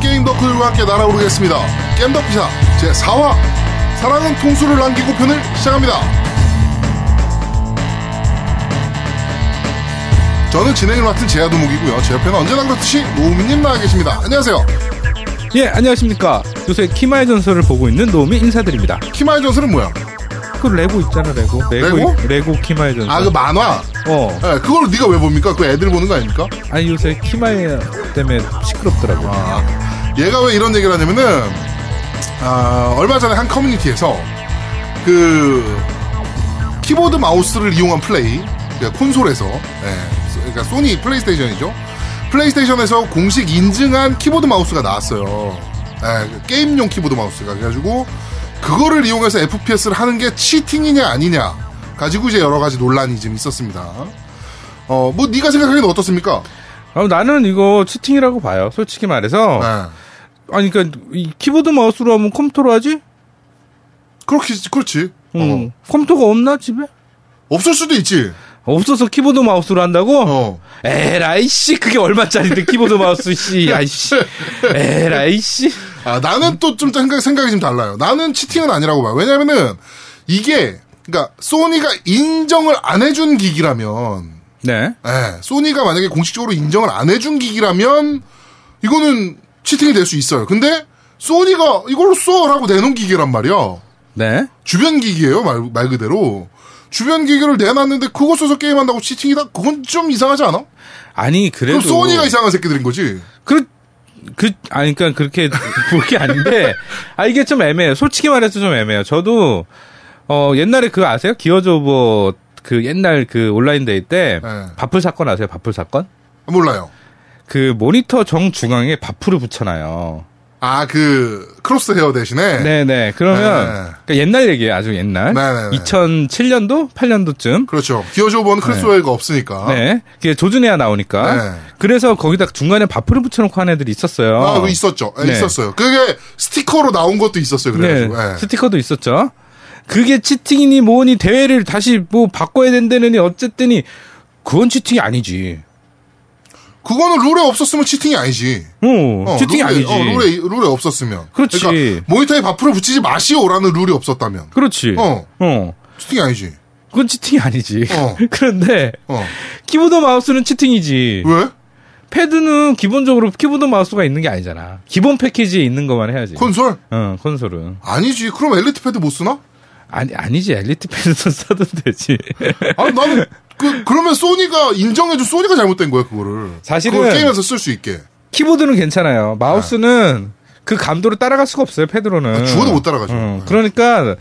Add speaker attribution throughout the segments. Speaker 1: 게임 덕후들과 함께 날아오르겠습니다. 겜 덕비사 제4화 사랑은 통수를 남기고 편을 시작합니다. 저는 진행을 맡은 제야도목이고요. 제 옆에는 언제나 그렇듯이 노우미님 나와 계십니다. 안녕하세요.
Speaker 2: 예, 안녕하십니까. 요새 키마의 전설을 보고 있는 노미 인사드립니다.
Speaker 1: 키마의 전설은 뭐야?
Speaker 2: 그 레고 있잖아, 레고. 레고,
Speaker 1: 레고?
Speaker 2: 레고 키마의 전설.
Speaker 1: 아 그 만화.
Speaker 2: 어.
Speaker 1: 예, 그걸 네가 왜 봅니까? 그 애들 보는 거 아닙니까?
Speaker 2: 아니, 요새 키마의 때문에 시끄럽더라고.
Speaker 1: 아, 얘가 왜 이런 얘기를 하냐면은 아, 얼마 전에 한 커뮤니티에서 그 키보드 마우스를 이용한 플레이 그러니까 콘솔에서 예, 그러니까 소니 플레이스테이션이죠 플레이스테이션에서 공식 인증한 키보드 마우스가 나왔어요 예, 게임용 키보드 마우스가 그래가지고 그거를 이용해서 FPS를 하는 게 치팅이냐 아니냐 가지고 이제 여러 가지 논란이 좀 있었습니다 어뭐 네가 생각하기는 어떻습니까?
Speaker 2: 아, 나는 이거 치팅이라고 봐요. 솔직히 말해서.
Speaker 1: 예.
Speaker 2: 아니, 그니까, 이 키보드 마우스로 하면 컴퓨터로 하지?
Speaker 1: 그렇지 그렇지 어.
Speaker 2: 응. 컴퓨터가 없나, 집에?
Speaker 1: 없을 수도 있지.
Speaker 2: 없어서 키보드 마우스로 한다고?
Speaker 1: 어.
Speaker 2: 에라이 씨 그게 얼마짜리인데 키보드 마우스 씨 아이씨 에라이 씨
Speaker 1: 아, 나는 또 좀 생각, 생각이 좀 달라요. 나는 치팅은 아니라고 봐요. 왜냐면은, 이게, 그니까, 소니가 인정을 안 해준 기기라면,
Speaker 2: 네
Speaker 1: 예, 소니가 만약에 공식적으로 인정을 안 해준 기기라면, 이거는 치팅이 될 수 있어요. 근데, 소니가 이걸 써! 라고 내놓은 기기란 말이야.
Speaker 2: 네.
Speaker 1: 주변 기기예요 말, 말 그대로. 주변 기기를 내놨는데, 그거 써서 게임한다고 치팅이다? 그건 좀 이상하지 않아?
Speaker 2: 아니 그래도
Speaker 1: 그럼 소니가 이상한 새끼들인 거지.
Speaker 2: 그, 그, 아니, 그러니까 그렇게 볼 게 아닌데, 아, 이게 좀 애매해요. 솔직히 말해서 좀 애매해요. 저도, 어, 옛날에 그거 아세요? 기어즈 오브, 그 옛날 그 온라인 데이 때,
Speaker 1: 네.
Speaker 2: 바풀 사건 아세요? 바풀 사건?
Speaker 1: 몰라요.
Speaker 2: 그 모니터 정중앙에 바풀을 붙여놔요.
Speaker 1: 아, 그, 크로스 헤어 대신에.
Speaker 2: 네네.
Speaker 1: 네.
Speaker 2: 그러면, 그러니까 옛날 얘기예요. 아주 옛날.
Speaker 1: 네네네.
Speaker 2: 2007년도? 8년도쯤.
Speaker 1: 그렇죠. 기어즈 오버는 크리스웨이가 없으니까.
Speaker 2: 네. 그게 조준해야 나오니까.
Speaker 1: 아. 네.
Speaker 2: 그래서 거기다 중간에 바풀을 붙여놓고 한 애들이 있었어요.
Speaker 1: 아, 그거 있었죠. 예,
Speaker 2: 네.
Speaker 1: 있었어요. 그게 스티커로 나온 것도 있었어요.
Speaker 2: 네,
Speaker 1: 그래가지고. 예.
Speaker 2: 스티커도 있었죠. 그게 치팅이니 뭐니 대회를 다시 뭐 바꿔야 된다느니 어쨌든이 그건 치팅이 아니지.
Speaker 1: 그거는 룰에 없었으면 치팅이 아니지.
Speaker 2: 어,
Speaker 1: 어,
Speaker 2: 치팅이
Speaker 1: 룰에,
Speaker 2: 아니지.
Speaker 1: 어, 룰에, 룰에 없었으면.
Speaker 2: 그렇지.
Speaker 1: 그러니까 모니터에 바프를 붙이지 마시오라는 룰이 없었다면.
Speaker 2: 그렇지.
Speaker 1: 어.
Speaker 2: 어.
Speaker 1: 치팅이 아니지.
Speaker 2: 그건 치팅이 아니지.
Speaker 1: 어.
Speaker 2: 그런데
Speaker 1: 어.
Speaker 2: 키보드 마우스는 치팅이지.
Speaker 1: 왜?
Speaker 2: 패드는 기본적으로 키보드 마우스가 있는 게 아니잖아. 기본 패키지에 있는 것만 해야지.
Speaker 1: 콘솔?
Speaker 2: 어, 콘솔은.
Speaker 1: 아니지. 그럼 엘리트 패드 못 쓰나?
Speaker 2: 아니, 아니지. 엘리트 패드도 써도 되지.
Speaker 1: 아, 나는, 그, 그러면 소니가, 인정해준 소니가 잘못된 거야, 그거를.
Speaker 2: 사실은-
Speaker 1: 그걸 게임에서 쓸 수 있게. 예.
Speaker 2: 키보드는 괜찮아요. 마우스는 그 감도를 따라갈 수가 없어요. 패드로는.
Speaker 1: 네. 아, 죽어도 못 따라가죠.
Speaker 2: 어,
Speaker 1: 네.
Speaker 2: 그러니까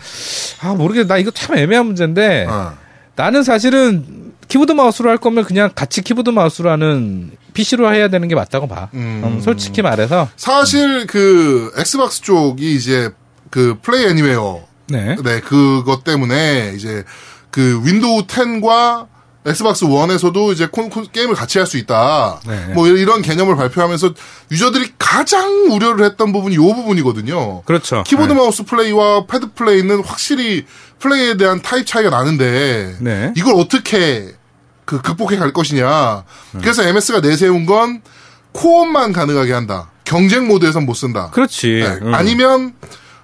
Speaker 2: 아 모르겠. 나 이거 참 애매한 문제인데
Speaker 1: 어.
Speaker 2: 나는 사실은 키보드 마우스로 할 거면 그냥 같이 키보드 마우스로 하는 PC로 해야 되는 게 맞다고 봐.
Speaker 1: 음.
Speaker 2: 음, 솔직히 말해서
Speaker 1: 사실 그, 엑스박스 쪽이 이제, 그, 플레이 애니웨어
Speaker 2: 네.
Speaker 1: 네, 그것 때문에 이제 그 윈도우 10과 엑스박스 1에서도 이제 콘, 콘- 게임을 같이 할 수 있다.
Speaker 2: 네.
Speaker 1: 뭐 이런 개념을 발표하면서 유저들이 가장 우려를 했던 부분이 요 부분이거든요.
Speaker 2: 그렇죠.
Speaker 1: 키보드 마우스 플레이와 패드 플레이는 확실히 플레이에 대한 타입 차이가 나는데
Speaker 2: 네.
Speaker 1: 이걸 어떻게 그 극복해 갈 것이냐. 그래서 MS가 내세운 건 코어만 가능하게 한다. 경쟁 모드에선 못 쓴다.
Speaker 2: 그렇지.
Speaker 1: 네,
Speaker 2: 음.
Speaker 1: 아니면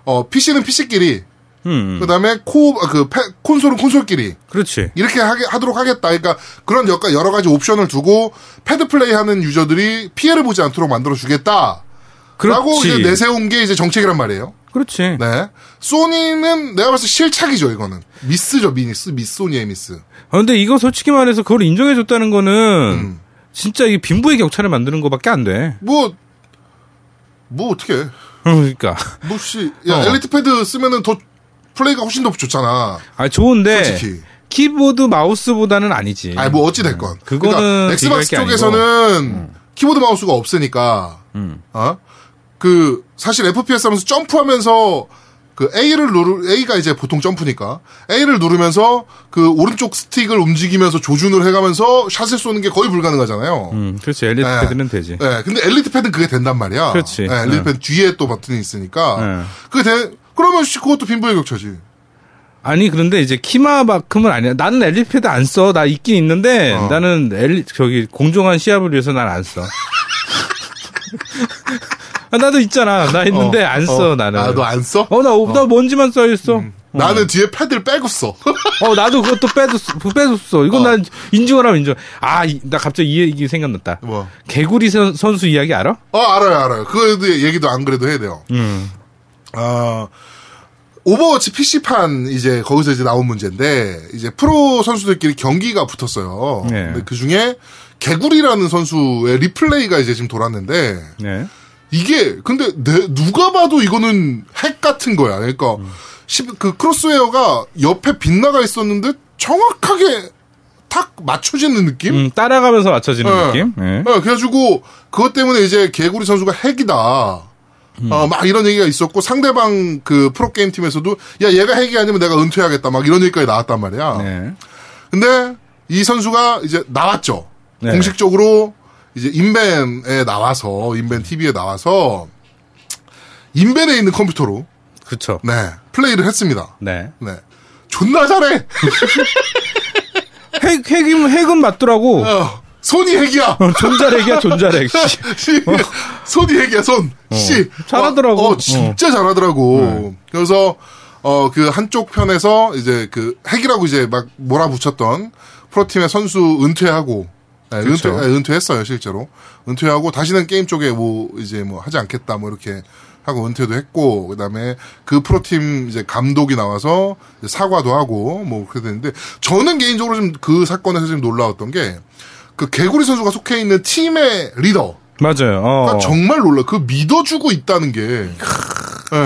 Speaker 1: 어 PC는 PC끼리
Speaker 2: 음.
Speaker 1: 그다음에 코 아, 그 패, 콘솔은 콘솔끼리
Speaker 2: 그렇지.
Speaker 1: 이렇게 하게, 하도록 하겠다. 그러니까 그런 여가- 여러 가지 옵션을 두고 패드 플레이하는 유저들이 피해를 보지 않도록 만들어 주겠다. 라고
Speaker 2: 그렇지.
Speaker 1: 이제 내세운 게 이제 정책이란 말이에요.
Speaker 2: 그렇지.
Speaker 1: 네. 소니는 내가 봤을 때 실착이죠, 이거는. 미스죠, 미니스. 미소니의 미스.
Speaker 2: 아, 근데 이거 솔직히 말해서 그걸 인정해 줬다는 거는
Speaker 1: 음.
Speaker 2: 진짜 이 빈부의 격차를 만드는 거밖에 안 돼.
Speaker 1: 뭐, 뭐, 어떻게 해.
Speaker 2: 그러니까
Speaker 1: 뭐, 씨. 야,
Speaker 2: 어.
Speaker 1: 엘리트 패드 쓰면은 더 플레이가 훨씬 더 좋잖아.
Speaker 2: 아 좋은데
Speaker 1: 솔직히.
Speaker 2: 키보드 마우스보다는 아니지.
Speaker 1: 아니, 뭐, 어찌됐건.
Speaker 2: 음. 그거는
Speaker 1: 그러니까
Speaker 2: 비교할
Speaker 1: 엑스박스
Speaker 2: 게 아니고. 음.
Speaker 1: 쪽에서는 키보드 마우스가 없으니까, 어? 그, 사실 FPS 하면서 점프하면서, 그 A를 누르, A가 이제 보통 점프니까, A를 누르면서, 그 오른쪽 스틱을 움직이면서 조준을 해가면서 샷을 쏘는 게 거의 불가능하잖아요.
Speaker 2: 음, 그렇지. 엘리트
Speaker 1: 네.
Speaker 2: 패드는 되지.
Speaker 1: 예, 근데 엘리트 패드는 그게 된단 말이야.
Speaker 2: 그렇지.
Speaker 1: 예, 엘리트
Speaker 2: 네.
Speaker 1: 패드 뒤에 또 버튼이 있으니까.
Speaker 2: 네.
Speaker 1: 그게 돼, 그러면 씨, 그것도 빈부의 격차지.
Speaker 2: 아니 그런데 이제 키마만큼은 아니야. 나는 엘리패드 안 써. 나 있긴 있는데
Speaker 1: 어.
Speaker 2: 나는 엘리 저기 공정한 시합을 위해서 난 안 써. 아, 나도 있잖아. 나 있는데
Speaker 1: 어,
Speaker 2: 안 써,
Speaker 1: 어.
Speaker 2: 나는.
Speaker 1: 아, 너 안 음. 써?
Speaker 2: 어, 나, 어, 나 먼지만 쌓여있어.
Speaker 1: 나는 뒤에 패드를 빼고 써.
Speaker 2: 어, 나도 그것도 빼줬어. 빼줬어. 이건
Speaker 1: 어.
Speaker 2: 난 인증을 하면 인정. 아, 이- 나 갑자기 이 얘기 생각났다.
Speaker 1: 뭐.
Speaker 2: 개구리 선, 수 이야기 알아?
Speaker 1: 어, 알아요, 알아요. 그거 얘기도 안 그래도 해야 돼요.
Speaker 2: 음.
Speaker 1: 아, 오버워치 PC판 이제 거기서 이제 나온 문제인데 이제 프로 선수들끼리 경기가 붙었어요.
Speaker 2: 네.
Speaker 1: 근데 그 중에 개구리라는 선수의 리플레이가 이제 지금 돌았는데
Speaker 2: 네.
Speaker 1: 이게 근데 내- 누가 봐도 이거는 핵 같은 거야. 그러니까
Speaker 2: 음.
Speaker 1: 시- 그 크로스웨어가 옆에 빗나가 있었는데 정확하게 탁 맞춰지는 느낌?
Speaker 2: 음, 따라가면서 맞춰지는
Speaker 1: 네.
Speaker 2: 느낌? 네.
Speaker 1: 네, 그래가지고 그것 때문에 이제 개구리 선수가 핵이다.
Speaker 2: 음.
Speaker 1: 어, 막 이런 얘기가 있었고 상대방 그 프로 게임 팀에서도 야 얘가 핵이 아니면 내가 은퇴하겠다 막 이런 얘기까지 나왔단 말이야.
Speaker 2: 네.
Speaker 1: 근데 이 선수가 이제 나왔죠.
Speaker 2: 네.
Speaker 1: 공식적으로 이제 인벤에 나와서 인벤 TV에 나와서 인벤에 있는 컴퓨터로
Speaker 2: 그쵸.
Speaker 1: 네 플레이를 했습니다.
Speaker 2: 네.
Speaker 1: 네 존나 잘해.
Speaker 2: 핵, 핵은, 핵은 맞더라고. 어,
Speaker 1: 어, 손이 핵이야.
Speaker 2: 존잘핵이야, 존잘핵. 씨.
Speaker 1: 씨, 손이 얘기야 손. 씨
Speaker 2: 어. 잘하더라고.
Speaker 1: 어, 어, 진짜 잘하더라고.
Speaker 2: 네.
Speaker 1: 그래서 어 그 한쪽 편에서 이제 그 핵이라고 이제 막 몰아붙였던 프로팀의 선수 은퇴하고 네, 은퇴
Speaker 2: 그렇죠.
Speaker 1: 네, 은퇴했어요 실제로 은퇴하고 다시는 게임 쪽에 뭐 이제 뭐 하지 않겠다 뭐 이렇게 하고 은퇴도 했고 그다음에 그 프로팀 이제 감독이 나와서 이제 사과도 하고 뭐 그렇게 됐는데 저는 개인적으로 좀 그 사건에서 좀 놀라웠던 게 그 개구리 선수가 속해 있는 팀의 리더
Speaker 2: 맞아요. 어.
Speaker 1: 나 정말 놀라. 그 믿어주고 있다는 게. 예.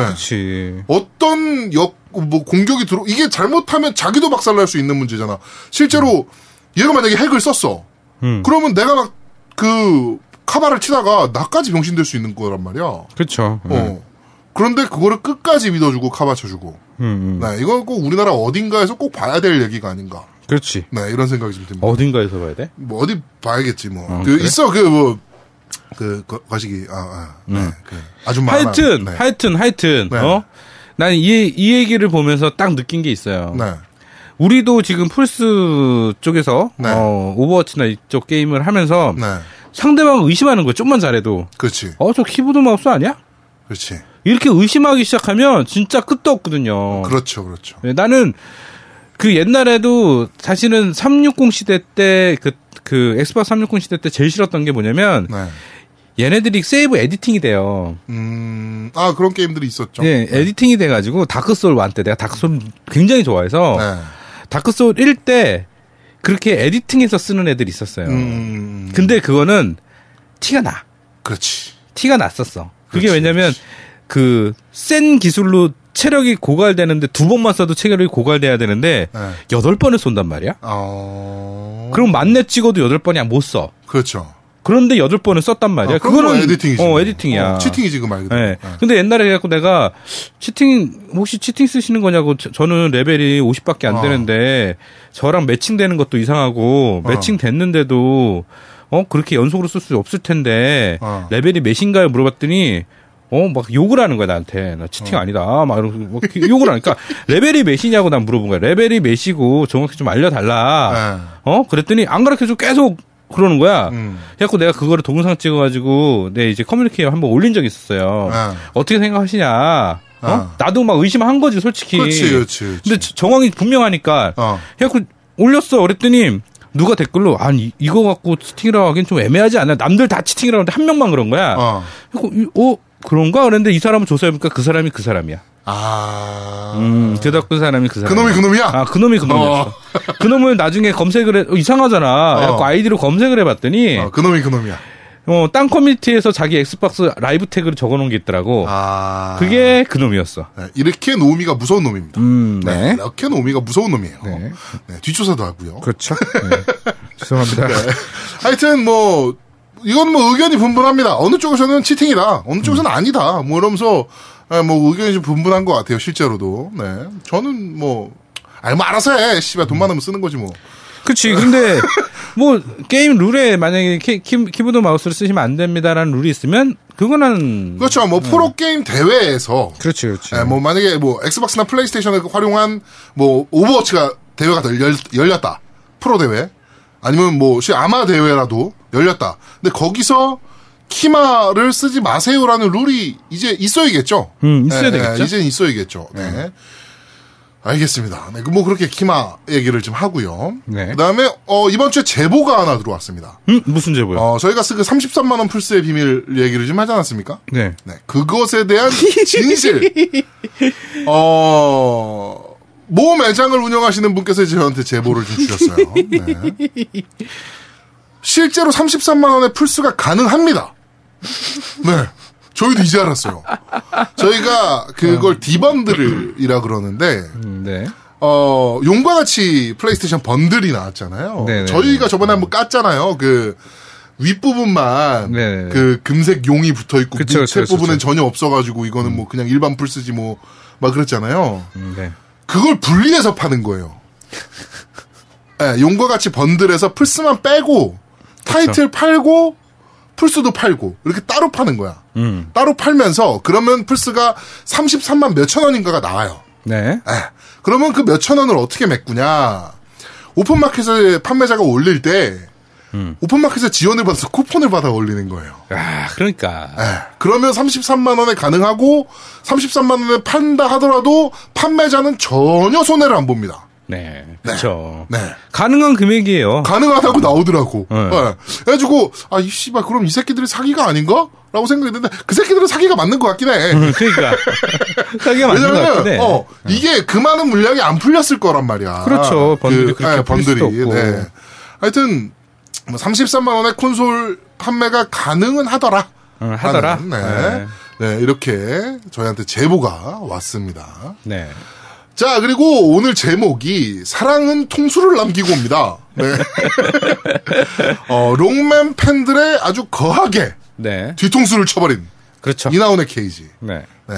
Speaker 2: 그치.
Speaker 1: 어떤 역, 뭐, 공격이 들어, 이게 잘못하면 자기도 박살날 수 있는 문제잖아. 실제로, 얘가 만약에 핵을 썼어.
Speaker 2: 음.
Speaker 1: 그러면 내가 막, 그, 카바를 치다가 나까지 병신될 수 있는 거란 말이야.
Speaker 2: 그쵸. 네.
Speaker 1: 어. 그런데 그거를 끝까지 믿어주고 카바 쳐주고.
Speaker 2: 음, 음.
Speaker 1: 네, 이건 꼭 우리나라 어딘가에서 꼭 봐야 될 얘기가 아닌가.
Speaker 2: 그렇지.
Speaker 1: 네, 이런 생각이 좀 듭니다.
Speaker 2: 어딘가에서 봐야 돼?
Speaker 1: 뭐, 어디 봐야겠지, 뭐.
Speaker 2: 어,
Speaker 1: 그,
Speaker 2: 그래?
Speaker 1: 있어, 그, 뭐, 그, 거- 거시기, 아, 아. 네, 그, 아줌마. 하나.
Speaker 2: 음. 하여튼,
Speaker 1: 네.
Speaker 2: 하여튼, 하여튼,
Speaker 1: 네.
Speaker 2: 어? 난 이, 이 얘기를 보면서 딱 느낀 게 있어요.
Speaker 1: 네.
Speaker 2: 우리도 지금 플스 쪽에서,
Speaker 1: 네.
Speaker 2: 어, 오버워치나 이쪽 게임을 하면서
Speaker 1: 네.
Speaker 2: 상대방을 의심하는 거야. 좀만 잘해도.
Speaker 1: 그렇지.
Speaker 2: 어, 저 키보드 마우스 아니야?
Speaker 1: 그렇지.
Speaker 2: 이렇게 의심하기 시작하면 진짜 끝도 없거든요.
Speaker 1: 그렇죠. 그렇죠.
Speaker 2: 예, 나는 그 옛날에도 사실은 360 시대 때 그, 그 엑스박 360 시대 때 제일 싫었던 게 뭐냐면
Speaker 1: 네.
Speaker 2: 얘네들이 세이브 에디팅이 돼요.
Speaker 1: 음. 아, 그런 게임들이 있었죠.
Speaker 2: 예, 에디팅이 돼가지고 다크소울 1 때 내가 다크소울 굉장히 좋아해서
Speaker 1: 네.
Speaker 2: 다크소울 1 때 그렇게 에디팅해서 쓰는 애들이 있었어요.
Speaker 1: 음.
Speaker 2: 근데 그거는 티가 나.
Speaker 1: 그렇지.
Speaker 2: 티가 났었어. 그게
Speaker 1: 그렇지,
Speaker 2: 왜냐면 그 센 기술로 체력이 고갈되는데 두 번만 써도 체력이 고갈돼야 되는데
Speaker 1: 네.
Speaker 2: 여덟 번을 쏜단 말이야.
Speaker 1: 어.
Speaker 2: 그럼 만렙 찍어도 여덟 번이 못 써.
Speaker 1: 그렇죠.
Speaker 2: 그런데 여덟 번은 썼단 말이야.
Speaker 1: 아, 그런 건 에디팅이지.
Speaker 2: 어, 에디팅이야.
Speaker 1: 어, 치팅이지 그 말 그대로.
Speaker 2: 예. 근데 옛날에 그래갖고 내가 치팅 혹시 치팅 쓰시는 거냐고 저, 는 레벨이 50밖에 안
Speaker 1: 어.
Speaker 2: 되는데 저랑 매칭되는 것도 이상하고
Speaker 1: 어.
Speaker 2: 매칭 됐는데도 어 그렇게 연속으로 쓸 수 없을 텐데
Speaker 1: 어.
Speaker 2: 레벨이 몇인가요 물어봤더니 어 막 욕을 하는 거야 나한테 나 치팅
Speaker 1: 어.
Speaker 2: 아니다 막 이러고 막 이렇게 욕을 하니까 레벨이 몇이냐고 난 물어본 거야 레벨이 몇이고 정확히 좀
Speaker 1: 네.
Speaker 2: 알려달라 어? 그랬더니 안 가르쳐줘 계속 그러는 거야.
Speaker 1: 음.
Speaker 2: 그래갖고 내가 그거를 동영상 찍어가지고 내 이제 커뮤니티에 한번 올린 적이 있었어요.
Speaker 1: 네.
Speaker 2: 어떻게 생각하시냐? 어?
Speaker 1: 어.
Speaker 2: 나도 막 의심한 거지 솔직히.
Speaker 1: 그렇지, 그렇지. 그렇지.
Speaker 2: 근데 저- 정황이 분명하니까.
Speaker 1: 어.
Speaker 2: 그래갖고 올렸어. 그랬더니 누가 댓글로 아니 이거 갖고 치팅이라고 하긴 좀 애매하지 않나? 남들 다 치팅이라고 하는데 한 명만 그런 거야.
Speaker 1: 어.
Speaker 2: 그래갖고 이- 어 그런가? 그랬는데 이 사람을 조사해보니까 그 사람이 그 사람이야.
Speaker 1: 아.
Speaker 2: 음, 그닥 그 사람이 그 사람.
Speaker 1: 그놈이 그놈이야?
Speaker 2: 아, 그놈이 그놈이었어.
Speaker 1: 어.
Speaker 2: 그놈을 나중에 검색을 해, 어, 이상하잖아.
Speaker 1: 어.
Speaker 2: 그래갖고 아이디로 검색을 해봤더니,
Speaker 1: 어, 그놈이 그놈이야.
Speaker 2: 어, 땅 커뮤니티에서 자기 엑스박스 라이브 태그를 적어놓은 게 있더라고.
Speaker 1: 아.
Speaker 2: 그게 그놈이었어.
Speaker 1: 네, 이렇게 노미가 무서운 놈입니다.
Speaker 2: 음,
Speaker 1: 네. 이렇게 노미가 무서운 놈이에요.
Speaker 2: 네.
Speaker 1: 네, 뒷조사도 하고요.
Speaker 2: 그렇죠. 네. 죄송합니다.
Speaker 1: 하여튼 뭐 이건 뭐 의견이 분분합니다. 어느 쪽에서는 치팅이다,
Speaker 2: 음.
Speaker 1: 어느 쪽에서는 아니다. 뭐 이러면서 예, 뭐 의견이 좀 분분한 것 같아요. 실제로도. 네, 저는 뭐 아니 뭐 알아서 해. 씨발 돈
Speaker 2: 음.
Speaker 1: 많으면 쓰는 거지 뭐.
Speaker 2: 그치. 근데, 뭐, 게임 룰에 만약에 키, 보드 마우스를 쓰시면 안 됩니다라는 룰이 있으면, 그거는.
Speaker 1: 그렇죠. 뭐 프로 게임 대회에서
Speaker 2: 그렇지, 그렇지.
Speaker 1: 예, 뭐 만약에 뭐 엑스박스나 플레이스테이션을 활용한 뭐 오버워치가 대회가 더 열, 열렸다. 프로 대회 아니면 뭐 시- 아마 대회라도 열렸다. 근데 거기서 키마를 쓰지 마세요라는 룰이 이제 있어야겠죠.
Speaker 2: 음, 있어야
Speaker 1: 예,
Speaker 2: 되겠죠.
Speaker 1: 예, 이제는 있어야겠죠. 네. 알겠습니다. 네, 그뭐 그렇게 키마 얘기를 좀 하고요.
Speaker 2: 네.
Speaker 1: 그다음에 어, 이번 주에 제보가 하나 들어왔습니다.
Speaker 2: 음, 무슨 제보요?
Speaker 1: 어, 저희가 쓰그 33만 원 플스의 비밀 얘기를 좀 하지 않았습니까?
Speaker 2: 네.
Speaker 1: 네, 그것에 대한 진실. 어, 모 매장을 운영하시는 분께서 이제 저한테 제보를 좀 주셨어요. 네. 실제로 33만 원의 풀스가 가능합니다. 네. 저희도 이제 알았어요. 저희가 그걸 디번들이라 그러는데
Speaker 2: 음, 네.
Speaker 1: 어, 용과 같이 플레이스테이션 번들이 나왔잖아요.
Speaker 2: 네네.
Speaker 1: 저희가 저번에 한번 깠잖아요. 그 윗부분만
Speaker 2: 네네.
Speaker 1: 그 금색 용이 붙어 있고
Speaker 2: 그쵸,
Speaker 1: 밑에
Speaker 2: 그쵸, 그쵸,
Speaker 1: 부분은 전혀 없어 가지고 이거는 뭐 그냥 일반 풀스지 뭐 막 그랬잖아요.
Speaker 2: 음, 네.
Speaker 1: 그걸 분리해서 파는 거예요. 예, 용과 같이 번들에서 풀스만 빼고 타이틀 팔고 풀스도 팔고 이렇게 따로 파는 거야.
Speaker 2: 음.
Speaker 1: 따로 팔면서 그러면 풀스가 33만 몇천 원인가가 나와요.
Speaker 2: 네.
Speaker 1: 에, 그러면 그 몇천 원을 어떻게 메꾸냐. 오픈마켓에 판매자가 올릴 때,
Speaker 2: 음.
Speaker 1: 오픈마켓에 지원을 받아서 쿠폰을 받아 올리는 거예요.
Speaker 2: 아, 그러니까.
Speaker 1: 에, 그러면 33만원에 가능하고, 33만원에 판다 하더라도, 판매자는 전혀 손해를 안 봅니다.
Speaker 2: 네. 그렇죠.
Speaker 1: 네.
Speaker 2: 가능한 금액이에요.
Speaker 1: 가능하다고 나오더라고.
Speaker 2: 네.
Speaker 1: 예. 그래가지고, 아, 이 씨발, 그럼 이 새끼들이 사기가 아닌가? 라고 생각했는데, 그 새끼들은 사기가 맞는 것 같긴 해.
Speaker 2: 음, 그러니까. 가게 맞는 것 같긴 해. 네.
Speaker 1: 왜냐면 어 이게 그 많은 물량이 안 풀렸을 거란 말이야.
Speaker 2: 그렇죠. 번들이 그렇게
Speaker 1: 예,
Speaker 2: 풀릴 수도 없고.
Speaker 1: 하여튼 뭐 33만 원의 콘솔 판매가 가능은 하더라.
Speaker 2: 응, 어, 하더라.
Speaker 1: 하는, 네. 네, 이렇게 저희한테 제보가 왔습니다.
Speaker 2: 네. 네.
Speaker 1: 자, 그리고 오늘 제목이 사랑은 통수를 남기고 옵니다. 네. 어, 롱맨 팬들의 아주 거하게
Speaker 2: 네.
Speaker 1: 뒤통수를 쳐버린
Speaker 2: 그렇죠.
Speaker 1: 이나온의 케이지.
Speaker 2: 네.
Speaker 1: 네,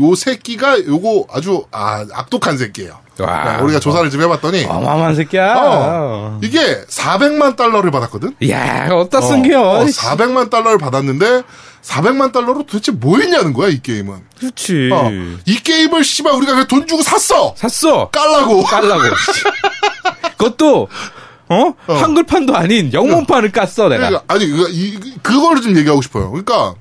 Speaker 1: 요 새끼가 요거 아주 아, 악독한 새끼예요.
Speaker 2: 와.
Speaker 1: 네, 우리가 조사를 좀 해봤더니
Speaker 2: 어마어마한 새끼야. 아.
Speaker 1: 어, 이게 400만 달러를 받았거든.
Speaker 2: 야, 어디다
Speaker 1: 어,
Speaker 2: 쓴겨.
Speaker 1: 어, 400만 달러를 받았는데 400만 달러로 도대체 뭐 했냐는 거야 이 게임은.
Speaker 2: 그렇지.
Speaker 1: 어, 이 게임을 씨발 우리가 그냥 돈 주고 샀어.
Speaker 2: 샀어.
Speaker 1: 깔라고.
Speaker 2: 깔라고. 그것도 어? 한글판도 아닌 영문판을 깠어 내가.
Speaker 1: 그러니까, 아니 그- 이, 그거를 좀 얘기하고 싶어요. 그러니까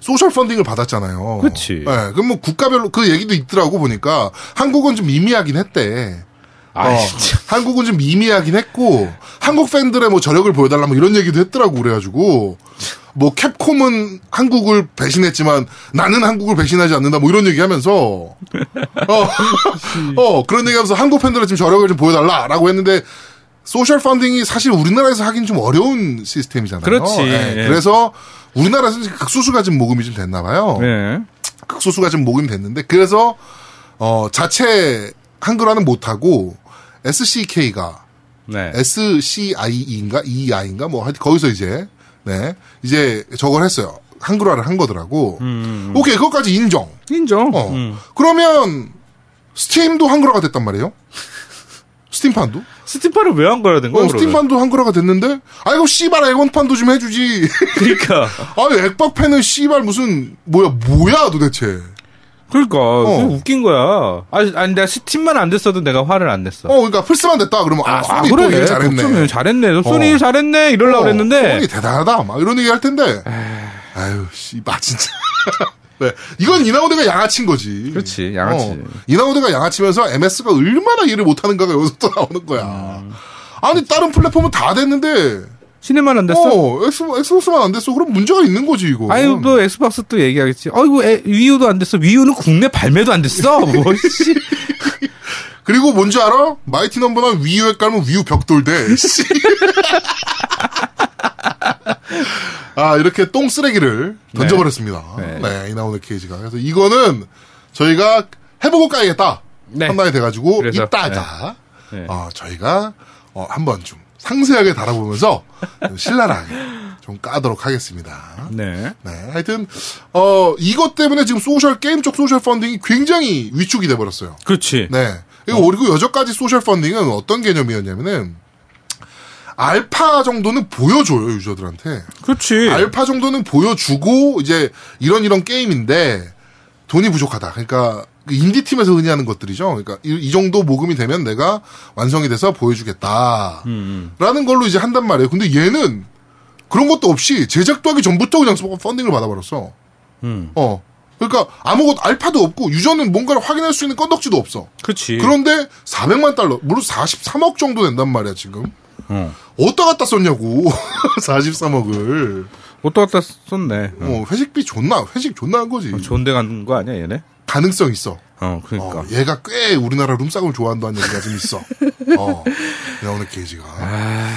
Speaker 1: 소셜 펀딩을 받았잖아요.
Speaker 2: 그치.
Speaker 1: 네, 그럼 뭐 국가별로 그 얘기도 있더라고 보니까 한국은 좀 미미하긴 했대.
Speaker 2: 아,
Speaker 1: 어,
Speaker 2: 진짜.
Speaker 1: 한국은 좀 미미하긴 했고 한국 팬들의 뭐 저력을 보여달라 뭐 이런 얘기도 했더라고 그래가지고 뭐 캡콤은 한국을 배신했지만 나는 한국을 배신하지 않는다 뭐 이런 얘기하면서 어, 어, 그런 얘기하면서 한국 팬들의 좀 저력을 좀 보여달라라고 했는데 소셜 펀딩이 사실 우리나라에서 하긴 좀 어려운 시스템이잖아요.
Speaker 2: 그렇지.
Speaker 1: 예,
Speaker 2: 예.
Speaker 1: 그래서 우리나라에서는 지금 극소수가 좀 모금이 좀 됐나 봐요.
Speaker 2: 네.
Speaker 1: 극소수가 좀 모금이 됐는데 그래서 어 자체 한글화는 못하고 SCK가
Speaker 2: 네.
Speaker 1: SCIE인가 EI인가 뭐 하여튼 거기서 이제 네 이제 저걸 했어요 한글화를 한 거더라고 오케이 그것까지 인정
Speaker 2: 인정.
Speaker 1: 어
Speaker 2: 음.
Speaker 1: 그러면 스팀도 한글화가 됐단 말이에요 스팀판도
Speaker 2: 스팀판을 왜 한 거야 된 거야?
Speaker 1: 어,
Speaker 2: 그러면?
Speaker 1: 스팀판도 한글화가 됐는데 아이고 씨발 액원판도 좀 해주지
Speaker 2: 그러니까.
Speaker 1: 아 액박팬은 씨발 무슨 뭐야 뭐야 도대체
Speaker 2: 그러니까
Speaker 1: 어.
Speaker 2: 그게 웃긴 거야. 아니, 아니 내가 스팀만 안 됐어도 내가 화를 안 냈어.
Speaker 1: 어, 그러니까 플스만 됐다 그러면 아, 소니 또 얘기 잘했네.
Speaker 2: 독점이 잘했네. 소니
Speaker 1: 어.
Speaker 2: 잘했네. 이럴라 고
Speaker 1: 어, 소니
Speaker 2: 그랬는데.
Speaker 1: 대단하다. 막 이런 얘기 할 텐데. 아유, 씨발 진짜. 네, 이건 이나오드가 양아치인 거지. 어,
Speaker 2: 그렇지, 양아치.
Speaker 1: 이나오드가 양아치면서 MS가 얼마나 일을 못하는가가 여기서 또 나오는 거야.
Speaker 2: 음.
Speaker 1: 아니 다른 플랫폼은 다 됐는데,
Speaker 2: 시네만 안 됐어.
Speaker 1: 어, 엑스, 엑스박스만 안 됐어. 그럼 문제가 있는 거지 이거.
Speaker 2: 아유, 또 엑스박스 또 얘기하겠지. 아이고, 에, 위유도 안 됐어. 위유는 국내 발매도 안 됐어. 뭐, 씨.
Speaker 1: 그리고 뭔지 알아? 마이티 넘버나 위유에 깔면 위유 벽돌대. 씨. 아 이렇게 똥 쓰레기를 던져버렸습니다. 네,
Speaker 2: 네.
Speaker 1: 이나오네 케이지가. 그래서 이거는 저희가 해보고 까야겠다
Speaker 2: 네.
Speaker 1: 판단이 돼가지고
Speaker 2: 그래서,
Speaker 1: 이따가
Speaker 2: 네. 네.
Speaker 1: 어, 저희가 어, 한번 좀 상세하게 다뤄보면서 좀 신랄하게 좀 까도록 하겠습니다.
Speaker 2: 네.
Speaker 1: 네, 하여튼 어 이것 때문에 지금 소셜 게임 쪽 소셜 펀딩이 굉장히 위축이 돼버렸어요.
Speaker 2: 그렇지.
Speaker 1: 네. 그리고 그리고 여전까지 소셜 펀딩은 어떤 개념이었냐면은 알파 정도는 보여줘요 유저들한테.
Speaker 2: 그렇지.
Speaker 1: 아, 알파 정도는 보여주고 이제 이런 이런 게임인데 돈이 부족하다. 그러니까 그 인디 팀에서 흔히 하는 것들이죠. 그러니까 이, 이 정도 모금이 되면 내가 완성이 돼서 보여주겠다. 라는 걸로 이제 한단 말이에요. 근데 얘는 그런 것도 없이 제작도 하기 전부터 그냥 펀딩을 받아버렸어.
Speaker 2: 음.
Speaker 1: 어. 그러니까 아무것도 알파도 없고 유저는 뭔가를 확인할 수 있는 건덕지도 없어.
Speaker 2: 그치.
Speaker 1: 그런데 400만 달러, 물론 43억 정도 된단 말이야 지금.
Speaker 2: 어.
Speaker 1: 어디다 갖다 썼냐고 43억을.
Speaker 2: 옷도 갖다 썼네. 어.
Speaker 1: 어, 회식비 존나 회식 존나 한 거지.
Speaker 2: 좋은 데 간 거 아니야, 얘네?
Speaker 1: 가능성 있어.
Speaker 2: 어,
Speaker 1: 어,
Speaker 2: 그러니까.
Speaker 1: 얘가 꽤 우리나라 룸싸움을 좋아한다는 얘기가 좀 있어. 어, 나오는 게이지가.
Speaker 2: 아.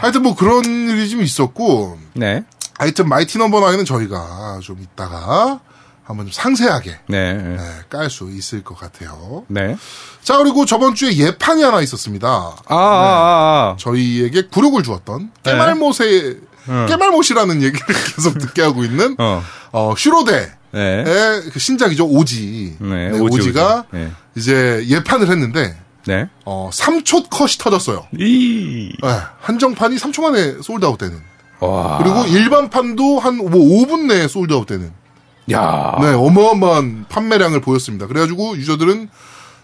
Speaker 1: 하여튼 뭐 그런 일이 좀 있었고,
Speaker 2: 네.
Speaker 1: 하여튼 마이티 넘버 나인은 저희가 좀 이따가 한번 좀 상세하게 예,
Speaker 2: 네. 네.
Speaker 1: 깔 수 있을 것 같아요.
Speaker 2: 네.
Speaker 1: 자, 그리고 저번 주에 예판이 하나 있었습니다.
Speaker 2: 아, 아, 아, 아.
Speaker 1: 저희에게 굴욕을 주었던
Speaker 2: 네.
Speaker 1: 깨말못의, 깨말못이라는 얘기를 계속 듣게 하고 있는,
Speaker 2: 어.
Speaker 1: 어, 슈로데의
Speaker 2: 네.
Speaker 1: 그 신작이죠, 오지.
Speaker 2: 네,
Speaker 1: 네,
Speaker 2: 오지,
Speaker 1: 오지가
Speaker 2: 오지. 네.
Speaker 1: 이제 예판을 했는데,
Speaker 2: 네.
Speaker 1: 어, 3초 컷이 터졌어요.
Speaker 2: 이.
Speaker 1: 예, 한정판이 3초 만에 솔드아웃 되는.
Speaker 2: 와.
Speaker 1: 그리고 일반판도 한 뭐 5분 내에 솔드아웃 되는.
Speaker 2: 야.
Speaker 1: 네, 어마어마한 판매량을 보였습니다. 그래가지고 유저들은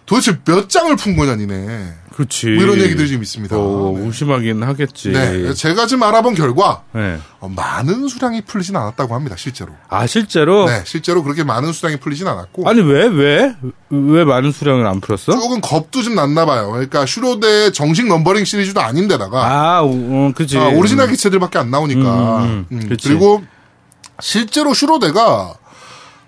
Speaker 1: 도대체 몇 장을 푼 거냐, 니네.
Speaker 2: 그렇지.
Speaker 1: 뭐 이런 얘기들이 좀 있습니다.
Speaker 2: 어, 의심하긴 하겠지.
Speaker 1: 네, 네, 제가 지금 알아본 결과,
Speaker 2: 네.
Speaker 1: 어, 많은 수량이 풀리진 않았다고 합니다, 실제로.
Speaker 2: 아, 실제로?
Speaker 1: 네, 실제로 그렇게 많은 수량이 풀리진 않았고.
Speaker 2: 아니, 왜, 왜? 왜 많은 수량을 안 풀었어?
Speaker 1: 조금 겁도 좀 났나 봐요. 그러니까 슈로데의 정식 넘버링 시리즈도 아닌데다가
Speaker 2: 아, 오, 어, 그지.
Speaker 1: 아, 오리지널 기체들밖에 안 나오니까.
Speaker 2: 음, 음, 음.
Speaker 1: 음,
Speaker 2: 그치.
Speaker 1: 그리고 실제로 슈로데가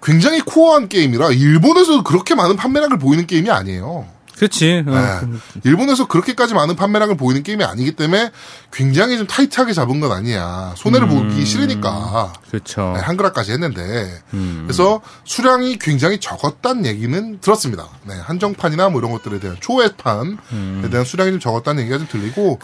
Speaker 1: 굉장히 코어한 게임이라 일본에서도 그렇게 많은 판매량을 보이는 게임이 아니에요.
Speaker 2: 그치. 어.
Speaker 1: 네. 일본에서 그렇게까지 많은 판매량을 보이는 게임이 아니기 때문에 굉장히 좀 타이트하게 잡은 건 아니야. 손해를
Speaker 2: 음.
Speaker 1: 보기 싫으니까.
Speaker 2: 그쵸.
Speaker 1: 네, 한글화까지 했는데.
Speaker 2: 음.
Speaker 1: 그래서 수량이 굉장히 적었다는 얘기는 들었습니다. 네, 한정판이나 뭐 이런 것들에 대한 초회판에
Speaker 2: 음.
Speaker 1: 대한 수량이 좀 적었다는 얘기가 좀 들리고.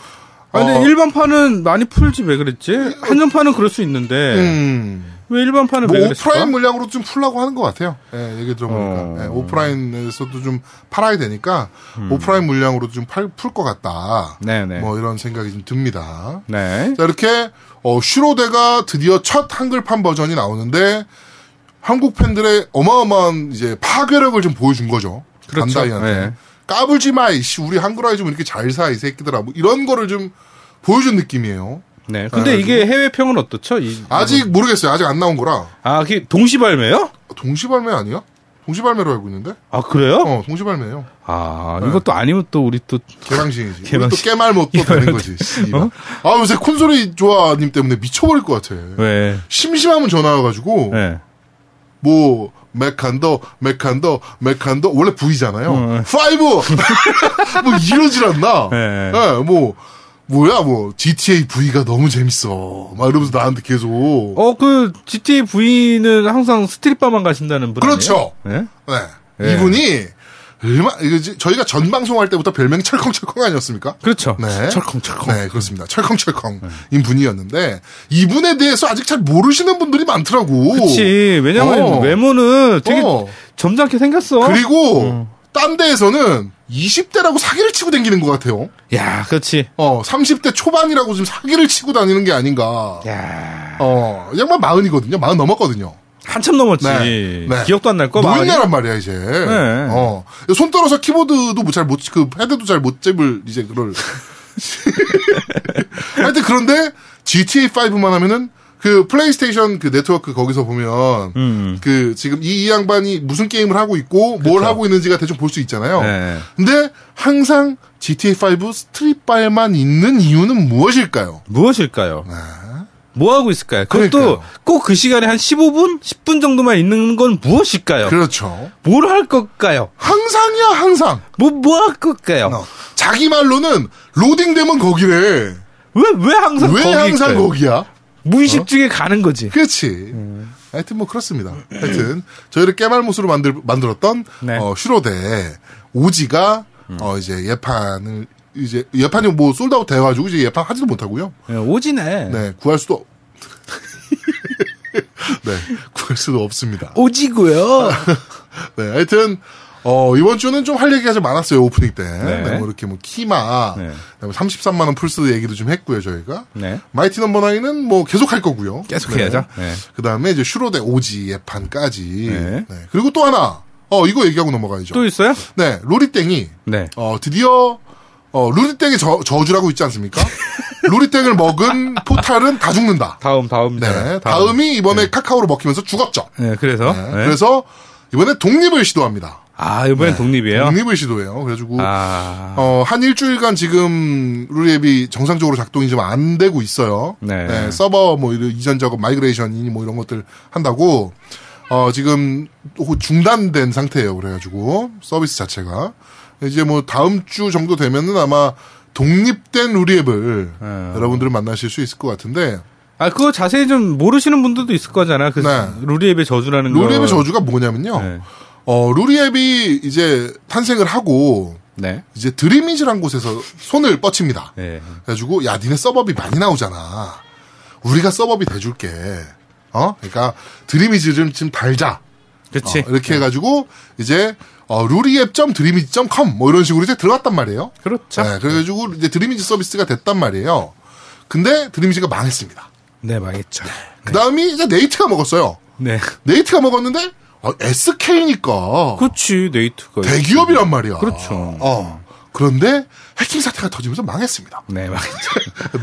Speaker 2: 아, 근데
Speaker 1: 어,
Speaker 2: 일반판은 많이 풀지, 왜 그랬지? 한정판은 그럴 수 있는데,
Speaker 1: 음.
Speaker 2: 왜 일반판은
Speaker 1: 뭐
Speaker 2: 네. 왜 그랬을까?
Speaker 1: 오프라인 물량으로 좀 풀라고 하는 것 같아요. 예, 얘기 들어보니까
Speaker 2: 어.
Speaker 1: 예, 오프라인에서도 좀 팔아야 되니까 오프라인 물량으로 좀 풀 것 같다.
Speaker 2: 음. 네네.
Speaker 1: 뭐 이런 생각이 좀 듭니다.
Speaker 2: 네.
Speaker 1: 자 이렇게 어, 슈로데가 드디어 첫 한글판 버전이 나오는데 한국 팬들의 어마어마한 이제 파괴력을 좀 보여준 거죠.
Speaker 2: 그렇죠.
Speaker 1: 반다이한테
Speaker 2: 네.
Speaker 1: 까불지 마 이씨 우리 한글화에 좀 이렇게 잘 사 이 새끼들아 뭐 이런 거를 좀 보여준 느낌이에요.
Speaker 2: 네. 근데 이게 해외평은 어떻죠? 이,
Speaker 1: 아, 뭐. 아직 모르겠어요. 아직 안 나온 거라.
Speaker 2: 아, 그게 동시발매요?
Speaker 1: 동시발매 아니야? 동시발매로 알고 있는데?
Speaker 2: 아, 그래요?
Speaker 1: 어, 네. 동시발매예요.
Speaker 2: 아, 이것도 아니면 또 우리 또,
Speaker 1: 개방신이지. 우리 또
Speaker 2: 개방신.
Speaker 1: 깨말 못또 되는 거지.
Speaker 2: 어?
Speaker 1: 씨발. 아, 요새 콘솔이 좋아님 때문에 미쳐버릴 것 같아.
Speaker 2: 왜,
Speaker 1: 네. 심심하면 전화 와가지고
Speaker 2: 네.
Speaker 1: 뭐 맥한더, 맥한더, 맥한더 원래 V잖아요. 파이브 뭐 이러질 않나.
Speaker 2: 어. 네.
Speaker 1: 예, 뭐 뭐야 뭐 GTA V가 너무 재밌어. 막 이러면서 나한테 계속.
Speaker 2: 어, 그, GTA V는 항상 스트릿바만 가신다는 분.
Speaker 1: 그렇죠.
Speaker 2: 아니에요? 네?
Speaker 1: 네.
Speaker 2: 예.
Speaker 1: 이분이 얼마 이거 지- 저희가 전 방송할 때부터 별명 철컹철컹 아니었습니까?
Speaker 2: 그렇죠.
Speaker 1: 네.
Speaker 2: 철컹철컹. 네.
Speaker 1: 네, 그렇습니다. 철컹철컹인 분이었는데 이분에 대해서 아직 잘 모르시는 분들이 많더라고.
Speaker 2: 그렇지. 왜냐면
Speaker 1: 어.
Speaker 2: 외모는 되게
Speaker 1: 어.
Speaker 2: 점잖게 생겼어.
Speaker 1: 그리고 딴 데에서는 20대라고 사기를 치고 다니는 것 같아요.
Speaker 2: 야, 그렇지.
Speaker 1: 어, 30대 초반이라고 지금 사기를 치고 다니는 게 아닌가.
Speaker 2: 야,
Speaker 1: 어, 이 양반 마흔이거든요. 마흔 넘었거든요.
Speaker 2: 한참 넘었지.
Speaker 1: 네, 네.
Speaker 2: 기억도 안 날 거. 그 마흔이.
Speaker 1: 노인네란 말이야 이제. 어, 손 떨어서 키보드도 뭐 잘못그 헤드도 잘 못 잡을 이제 그럴. 하여튼 그런데 GTA 5만 하면은 그 플레이스테이션 그 네트워크 거기서 보면
Speaker 2: 음.
Speaker 1: 그 지금 이, 이 양반이 무슨 게임을 하고 있고 뭘 하고 있는지가 대충 볼 수 있잖아요.
Speaker 2: 네.
Speaker 1: 근데 항상 GTA 5 스트릿바에만 있는 이유는 무엇일까요?
Speaker 2: 무엇일까요? 뭐 하고 있을까요? 그것도
Speaker 1: 네. 그러니까요.
Speaker 2: 꼭 그 시간에 한 15분, 10분 정도만 있는 건 무엇일까요?
Speaker 1: 그렇죠.
Speaker 2: 뭘 할 걸까요?
Speaker 1: 항상이야 항상.
Speaker 2: 뭐 뭐 할 걸까요?
Speaker 1: 어. 자기 말로는 로딩되면 거기래.
Speaker 2: 왜 왜 항상
Speaker 1: 왜
Speaker 2: 거기
Speaker 1: 항상
Speaker 2: 있어요? 음.
Speaker 1: 거기야? 어?
Speaker 2: 무의식 중에 가는 거지.
Speaker 1: 그렇지. 하여튼 뭐 그렇습니다. 하여튼 저희를 깨말못으로 만들 만들었던
Speaker 2: 네. 음.
Speaker 1: 어, 슈로데 오지가 어, 이제 예판을 이제 예판이 뭐 솔드아웃 돼가지고 이제 예판 하지도 못하고요.
Speaker 2: 예, 오지네.
Speaker 1: 네 구할 수도 없- 네 구할 수도 없습니다.
Speaker 2: 오지고요.
Speaker 1: 네 하여튼 어, 이번 주는 좀 할 얘기가 좀 많았어요 오프닝 때.
Speaker 2: 네.
Speaker 1: 네, 뭐 이렇게 뭐 키마
Speaker 2: 네.
Speaker 1: 33만 원 풀스 얘기도 좀 했고요 저희가.
Speaker 2: 네.
Speaker 1: 마이티 넘버 나인은 뭐 계속 할 거고요.
Speaker 2: 계속
Speaker 1: 네.
Speaker 2: 해야죠. 네.
Speaker 1: 그 다음에 이제 슈로데 오지 예판까지.
Speaker 2: 네.
Speaker 1: 네. 그리고 또 하나. 어, 이거 얘기하고 넘어가야죠.
Speaker 2: 또 있어요?
Speaker 1: 네, 로리땡이.
Speaker 2: 네.
Speaker 1: 어, 드디어, 어, 로리땡의 저, 저주라고 있지 않습니까? 루리땡을 먹은 포탈은 다 죽는다.
Speaker 2: 다음 다음이잖아요.
Speaker 1: 네. 다음이 이번에 카카오로 먹히면서 죽었죠.
Speaker 2: 네, 그래서
Speaker 1: 네.
Speaker 2: 네.
Speaker 1: 그래서 이번에 독립을 시도합니다.
Speaker 2: 아 이번엔 독립이에요.
Speaker 1: 독립을 시도해요. 그래가지고
Speaker 2: 아
Speaker 1: 어, 한 일주일간 지금 루리앱이 정상적으로 작동이 좀 안 되고 있어요.
Speaker 2: 네.
Speaker 1: 서버 뭐 이런 이전 작업, 마이그레이션이니 뭐 이런 것들 한다고 어, 지금 혹- 중단된 상태예요. 그래가지고 서비스 자체가 이제 뭐 다음 주 정도 되면은 아마 독립된 루리앱을
Speaker 2: 네.
Speaker 1: 여러분들은 만나실 수 있을 것 같은데
Speaker 2: 아 그거 자세히 좀 모르시는 분들도 있을 거잖아. 그
Speaker 1: 네.
Speaker 2: 루리앱의 저주라는 거.
Speaker 1: 루리앱의 저주가 뭐냐면요.
Speaker 2: 네.
Speaker 1: 어, 루리앱이 이제 탄생을 하고
Speaker 2: 네.
Speaker 1: 이제 드림이즈란 곳에서 손을 뻗칩니다.
Speaker 2: 네.
Speaker 1: 그래가지고 야 니네 서버비 많이 나오잖아. 우리가 서버비 대줄게. 어? 그러니까 드림이즈 좀 지금 달자. 어,
Speaker 2: 그렇지.
Speaker 1: 이렇게 해가지고 이제 어, 루리앱.드림이즈.com 뭐 이런 식으로 이제 들어갔단 말이에요.
Speaker 2: 그렇죠.
Speaker 1: 네, 그래가지고 이제 드림이즈 서비스가 됐단 말이에요. 근데 드림이즈가 망했습니다.
Speaker 2: 네, 망했죠.
Speaker 1: 그 다음이 이제 네이트가 먹었어요.
Speaker 2: 네.
Speaker 1: 네이트가 먹었는데 어, SK니까
Speaker 2: 그렇지. 네이트가.
Speaker 1: 대기업이란 말이야.
Speaker 2: 그렇죠.
Speaker 1: 어. 그런데 해킹 사태가 터지면서 망했습니다.
Speaker 2: 네, 망했죠.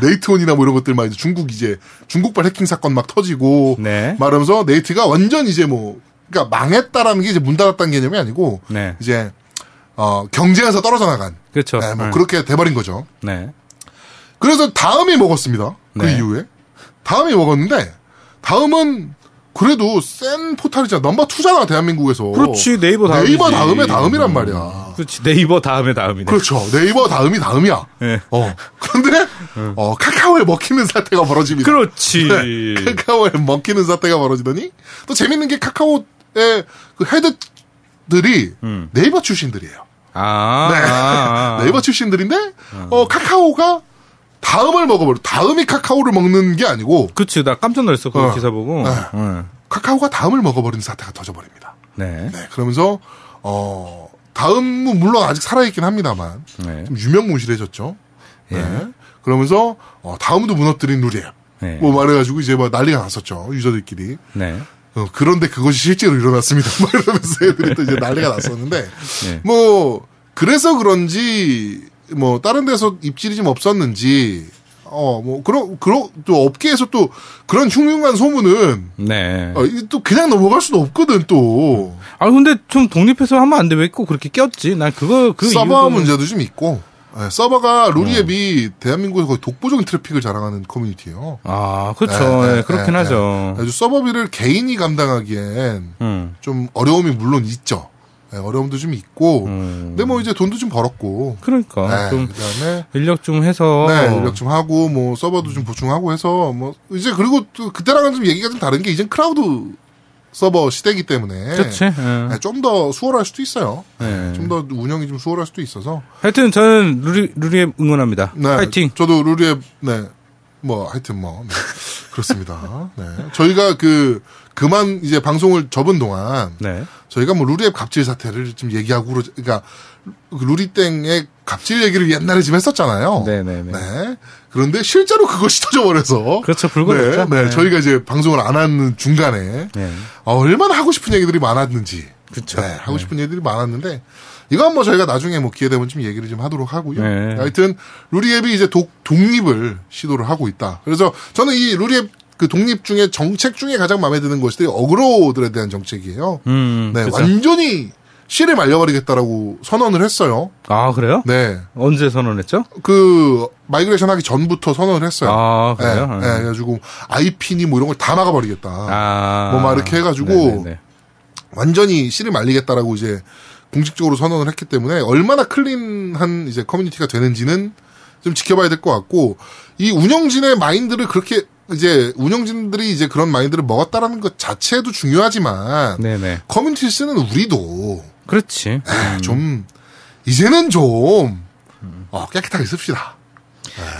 Speaker 1: 네이트온이나 뭐 이런 것들 막 이제 중국 이제 중국발 해킹 사건 막 터지고
Speaker 2: 네.
Speaker 1: 말하면서 네이트가 완전 이제 뭐 그러니까 망했다라는 게 이제 문 닫았다는 개념이 아니고
Speaker 2: 네.
Speaker 1: 이제 어 경쟁에서 떨어져 나간
Speaker 2: 그렇죠.
Speaker 1: 네, 뭐
Speaker 2: 네.
Speaker 1: 그렇게 돼버린 거죠.
Speaker 2: 네.
Speaker 1: 그래서 다음이 먹었습니다. 그
Speaker 2: 네.
Speaker 1: 이후에 다음이 먹었는데 다음은 그래도 센 포탈이잖아 넘버 투잖아 대한민국에서
Speaker 2: 그렇지. 네이버 다음.
Speaker 1: 네이버 다음에 다음이란 말이야.
Speaker 2: 그렇지. 네이버 다음에 다음이네.
Speaker 1: 그렇죠. 네이버 다음이 다음이야.
Speaker 2: 네.
Speaker 1: 어. 그런데 어, 카카오에 먹히는 사태가 벌어집니다.
Speaker 2: 그렇지.
Speaker 1: 네, 카카오에 먹히는 사태가 벌어지더니 또 재밌는 게 카카오의 그 헤드들이 네이버 출신들이에요.
Speaker 2: 아.
Speaker 1: 네.
Speaker 2: 음. 아, 아.
Speaker 1: 네이버 출신들인데 어, 카카오가 다음을 먹어버려. 다음이 카카오를 먹는 게 아니고
Speaker 2: 그치. 나 깜짝 놀랐어. 그
Speaker 1: 어.
Speaker 2: 기사 보고.
Speaker 1: 네.
Speaker 2: 네.
Speaker 1: 카카오가 다음을 먹어버리는 사태가 터져버립니다.
Speaker 2: 네.
Speaker 1: 네, 그러면서 어, 다음은 물론 아직 살아있긴 합니다만
Speaker 2: 네.
Speaker 1: 좀 유명무실해졌죠. 네. 그러면서 어, 다음도 무너뜨린 루리앱.
Speaker 2: 네.
Speaker 1: 뭐 말해가지고 이제 막 난리가 났었죠 유저들끼리.
Speaker 2: 네.
Speaker 1: 어, 그런데 그것이 실제로 일어났습니다. 막 이러면서 애들이 또 이제 난리가 났었는데,
Speaker 2: 네.
Speaker 1: 뭐, 그래서 그런지, 뭐, 다른 데서 입질이 좀 없었는지, 어, 뭐, 그런, 그런, 또 업계에서 또 그런 흉흉한 소문은,
Speaker 2: 네.
Speaker 1: 어, 이또 그냥 넘어갈 수도 없거든, 또.
Speaker 2: 아 근데 좀 독립해서 하면 안 돼. 왜 꼭 그렇게 꼈지? 난 그거 그
Speaker 1: 서버
Speaker 2: 이유도- 네.
Speaker 1: 문제도 좀 있고, 예, 서버가 루리앱이 대한민국에서 거의 독보적인 트래픽을 자랑하는 커뮤니티예요
Speaker 2: 아, 그렇죠.
Speaker 1: 네, 네,
Speaker 2: 예, 그렇긴
Speaker 1: 네,
Speaker 2: 하죠.
Speaker 1: 아주 서버비를 개인이 감당하기엔
Speaker 2: 음.
Speaker 1: 좀 어려움이 물론 있죠. 예, 어려움도 좀 있고,
Speaker 2: 음.
Speaker 1: 근데 뭐 이제 돈도 좀 벌었고,
Speaker 2: 그러니까
Speaker 1: 네,
Speaker 2: 좀 어.
Speaker 1: 그다음에
Speaker 2: 인력 좀 해서
Speaker 1: 네, 인력 좀 하고 뭐 서버도 좀 보충하고 해서 뭐 이제 그리고 또 그때랑은 좀 얘기가 좀 다른 게 이젠 크라우드 서버 시대이기 때문에
Speaker 2: 그렇지. 예.
Speaker 1: 좀 더 수월할 수도 있어요.
Speaker 2: 네.
Speaker 1: 네, 좀 더 운영이 좀 수월할 수도 있어서
Speaker 2: 하여튼 저는 루리 루리에 응원합니다.
Speaker 1: 네,
Speaker 2: 파이팅.
Speaker 1: 저도 루리앱 네뭐 하여튼 뭐 네, 그렇습니다. 네, 저희가 그 그만 이제 방송을 접은 동안
Speaker 2: 네.
Speaker 1: 저희가 뭐 루리앱 갑질 사태를 좀 얘기하고 그러- 그러니까 루리땡의 갑질 얘기를 옛날에 좀 했었잖아요.
Speaker 2: 네, 네, 네.
Speaker 1: 네. 그런데 실제로 그것이 터져버려서
Speaker 2: 그렇죠.
Speaker 1: 네,
Speaker 2: 불거졌죠.
Speaker 1: 네, 저희가 이제 방송을 안 하는 중간에
Speaker 2: 네.
Speaker 1: 어, 얼마나 하고 싶은 얘기들이 많았는지
Speaker 2: 그쵸.
Speaker 1: 네, 하고 싶은 얘기들이 많았는데 이건 뭐 저희가 나중에 뭐 기회 되면 좀 얘기를 좀 하도록 하고요.
Speaker 2: 네.
Speaker 1: 하여튼 루리앱이 이제 독, 독립을 시도를 하고 있다. 그래서 저는 이 루리앱 그 독립 중에 정책 중에 가장 마음에 드는 것이 어그로들에 대한 정책이에요.
Speaker 2: 음.
Speaker 1: 네,
Speaker 2: 그쵸.
Speaker 1: 완전히 씨를 말려버리겠다라고 선언을 했어요.
Speaker 2: 아, 그래요?
Speaker 1: 네.
Speaker 2: 언제 선언했죠?
Speaker 1: 그 마이그레이션 하기 전부터 선언을 했어요.
Speaker 2: 아,
Speaker 1: 예,
Speaker 2: 그래요?
Speaker 1: 예, 그래가지고 IP니 뭐 이런 걸 다 막아버리겠다.
Speaker 2: 아.
Speaker 1: 뭐막 이렇게 해가지고
Speaker 2: 네, 네, 네.
Speaker 1: 완전히 씨를 말리겠다라고 이제 공식적으로 선언을 했기 때문에 얼마나 클린한 이제 커뮤니티가 되는지는 좀 지켜봐야 될 것 같고 이 운영진의 마인드를 그렇게 이제 운영진들이 이제 그런 마인드를 먹었다라는 것 자체도 중요하지만
Speaker 2: 네, 네.
Speaker 1: 커뮤니티 쓰는 우리도
Speaker 2: 그렇지.
Speaker 1: 네. 좀
Speaker 2: 음.
Speaker 1: 이제는 좀 어, 깨끗하게 씁시다.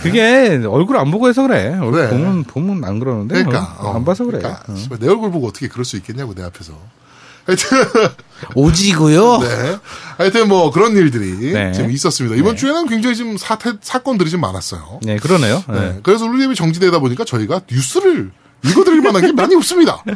Speaker 2: 그게 얼굴 안 보고 해서 그래. 얼굴
Speaker 1: 그래.
Speaker 2: 보면 보면 안 그러는데.
Speaker 1: 네. 그러니까
Speaker 2: 어,
Speaker 1: 어,
Speaker 2: 안 봐서 그래.
Speaker 1: 그러니까, 씨발, 내 얼굴 보고 어떻게 그럴 수 있겠냐고 내 앞에서. 하여튼
Speaker 2: 오지고요.
Speaker 1: 네. 하여튼 뭐 그런 일들이
Speaker 2: 네.
Speaker 1: 지금 있었습니다. 이번 주에는 굉장히 지금 사태 사건들이 좀 많았어요.
Speaker 2: 네, 그러네요. 네.
Speaker 1: 네. 그래서 룰리앱이 정지되다 보니까 저희가 뉴스를 읽어드릴 만한 게 많이 없습니다.
Speaker 2: 네.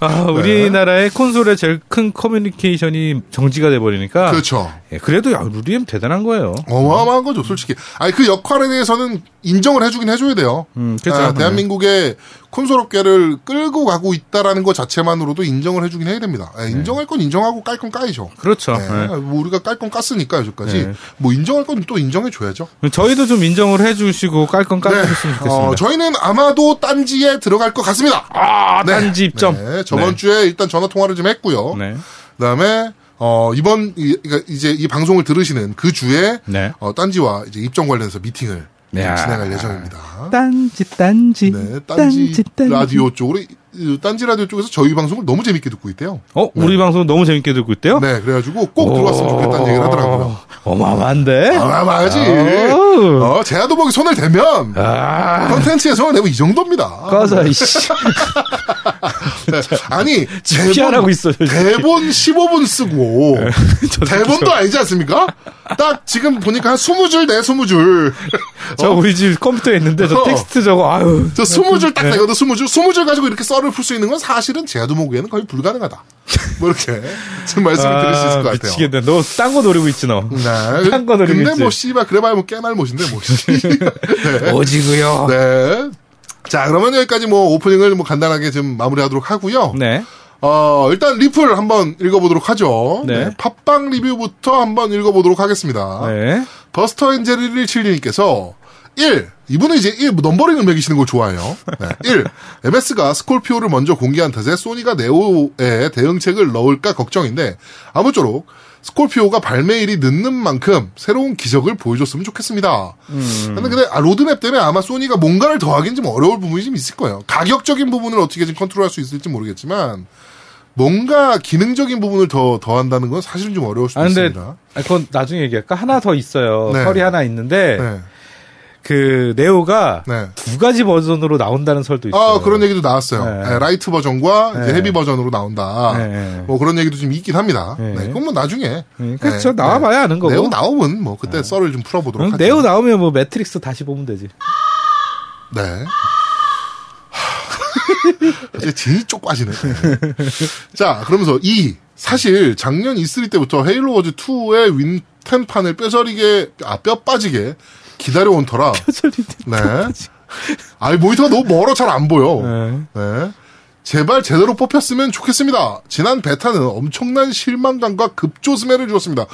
Speaker 2: 아, 우리나라의 콘솔의 제일 큰 커뮤니케이션이 정지가 돼버리니까.
Speaker 1: 그렇죠.
Speaker 2: 예, 그래도 야, 루리엠 대단한 거예요.
Speaker 1: 어마어마한 거죠, 솔직히. 아니, 그 역할에 대해서는 인정을 해주긴 해줘야 돼요.
Speaker 2: 음, 그렇죠.
Speaker 1: 아, 대한민국의 콘솔 업계를 끌고 가고 있다라는 것 자체만으로도 인정을 해주긴 해야 됩니다.
Speaker 2: 네.
Speaker 1: 예, 인정할 건 인정하고 깔 건 까이죠.
Speaker 2: 그렇죠.
Speaker 1: 예, 뭐 우리가 깔 건 깠으니까 여기까지.
Speaker 2: 네.
Speaker 1: 뭐 인정할 건 또 인정해줘야죠.
Speaker 2: 예. 저희도 좀 인정을 해주시고 깔건 깔아주셨으면 좋겠습니다.
Speaker 1: 어, 저희는 아마도 딴지에 들어갈 것 같습니다.
Speaker 2: 아, 단지 입점.
Speaker 1: 네, 저번 주에 일단 전화 통화를 좀 했고요.
Speaker 2: 네.
Speaker 1: 그다음에 어, 이번 이, 그러니까 이제 이 방송을 들으시는 그 주에
Speaker 2: 네.
Speaker 1: 어, 딴지와 이제 입점 관련해서 미팅을 좀
Speaker 2: 야.
Speaker 1: 진행할 예정입니다.
Speaker 2: 딴지, 딴지.
Speaker 1: 네, 딴지, 라디오 쪽으로 이- 딴지 라디오 쪽에서 저희 방송을 너무 재밌게 듣고 있대요.
Speaker 2: 어, 우리 방송 너무 재밌게 듣고 있대요?
Speaker 1: 네, 그래가지고 꼭 들어왔으면 좋겠다는 얘기를 하더라고요.
Speaker 2: 어, 어마어마한데?
Speaker 1: 아마마지.
Speaker 2: 아우.
Speaker 1: 어, 제아도복이 손을 대면
Speaker 2: 아,
Speaker 1: 컨텐츠에 손을 대면 이 정도입니다.
Speaker 2: 꺼져, 이씨.
Speaker 1: 네. 아니
Speaker 2: 피하라고 있어, 솔직히.
Speaker 1: 대본 15분 쓰고
Speaker 2: 저 새끼
Speaker 1: 대본도 아니지 않습니까? 딱 지금 보니까 한 20줄 내 20줄
Speaker 2: 저 우리 집 컴퓨터에 있는데 저
Speaker 1: 어.
Speaker 2: 텍스트 저거, 아유.
Speaker 1: 저 20줄
Speaker 2: 네.
Speaker 1: 딱 되거든 20줄 20줄 가지고 이렇게 썰을 풀 수 있는 건 사실은 제아도목에는 거의 불가능하다 뭐 이렇게 지금 말씀을 드릴 수 있을 것 같아요
Speaker 2: 미치겠네. 너 딴 거 노리고 있지, 너.
Speaker 1: 네.
Speaker 2: 딴거 노리고
Speaker 1: 근데
Speaker 2: 있지.
Speaker 1: 뭐 씨발 그래봐야 뭐 깨날 못인데 뭐 씨.
Speaker 2: 오지구요.
Speaker 1: 네. 자 그러면 여기까지 뭐 오프닝을 뭐 간단하게 좀 마무리하도록 하고요
Speaker 2: 네.
Speaker 1: 어, 일단 리플 한번 읽어보도록 하죠.
Speaker 2: 네.
Speaker 1: 네, 팟빵 리뷰부터 한번 읽어보도록 하겠습니다.
Speaker 2: 네.
Speaker 1: 버스터 엔젤 117님께서 1. 이분은 이제 1 넘버링을 매기시는 걸 좋아해요. 네. 1. MS가 스콜피오를 먼저 공개한 탓에 소니가 네오에 대응책을 넣을까 걱정인데 아무쪼록 스콜피오가 발매일이 늦는 만큼 새로운 기적을 보여줬으면 좋겠습니다.
Speaker 2: 음.
Speaker 1: 근데, 근데 아, 로드맵 때문에 아마 소니가 뭔가를 더하기는 좀 어려울 부분이 좀 있을 거예요. 가격적인 부분을 어떻게 좀 컨트롤할 수 있을지 모르겠지만 뭔가 기능적인 부분을 더 더한다는 건 사실은 좀 어려울 수도
Speaker 2: 아, 근데,
Speaker 1: 있습니다.
Speaker 2: 아, 그건 나중에 얘기할까? 하나 더 있어요.
Speaker 1: 네.
Speaker 2: 설이 하나 있는데,
Speaker 1: 네.
Speaker 2: 그, 네오가
Speaker 1: 네.
Speaker 2: 두 가지 버전으로 나온다는 설도 있어요.
Speaker 1: 아, 그런 얘기도 나왔어요.
Speaker 2: 네.
Speaker 1: 네, 라이트 버전과 이제
Speaker 2: 네.
Speaker 1: 헤비 버전으로 나온다.
Speaker 2: 네.
Speaker 1: 뭐 그런 얘기도 좀 있긴 합니다.
Speaker 2: 네.
Speaker 1: 네, 그건 뭐 나중에.
Speaker 2: 네, 그렇죠. 나와봐야 아는 거고.
Speaker 1: 네오 나오면 뭐 그때 썰을 좀 풀어보도록
Speaker 2: 그럼
Speaker 1: 하죠.
Speaker 2: 네오 나오면 뭐 매트릭스 다시 보면 되지.
Speaker 1: 네. 하, 이제 진이 쪽 빠지네. 네. 자, 그러면서 이 사실 작년 E3 때부터 헤일로 워즈 2의 윈텐판을 뼈저리게 아 뼈 빠지게 기다려온 터라. 네. 아이 모니터가 너무 멀어 잘 안 보여.
Speaker 2: 네.
Speaker 1: 네. 제발 제대로 뽑혔으면 좋겠습니다. 지난 베타는 엄청난 실망감과 급조스매를 주었습니다.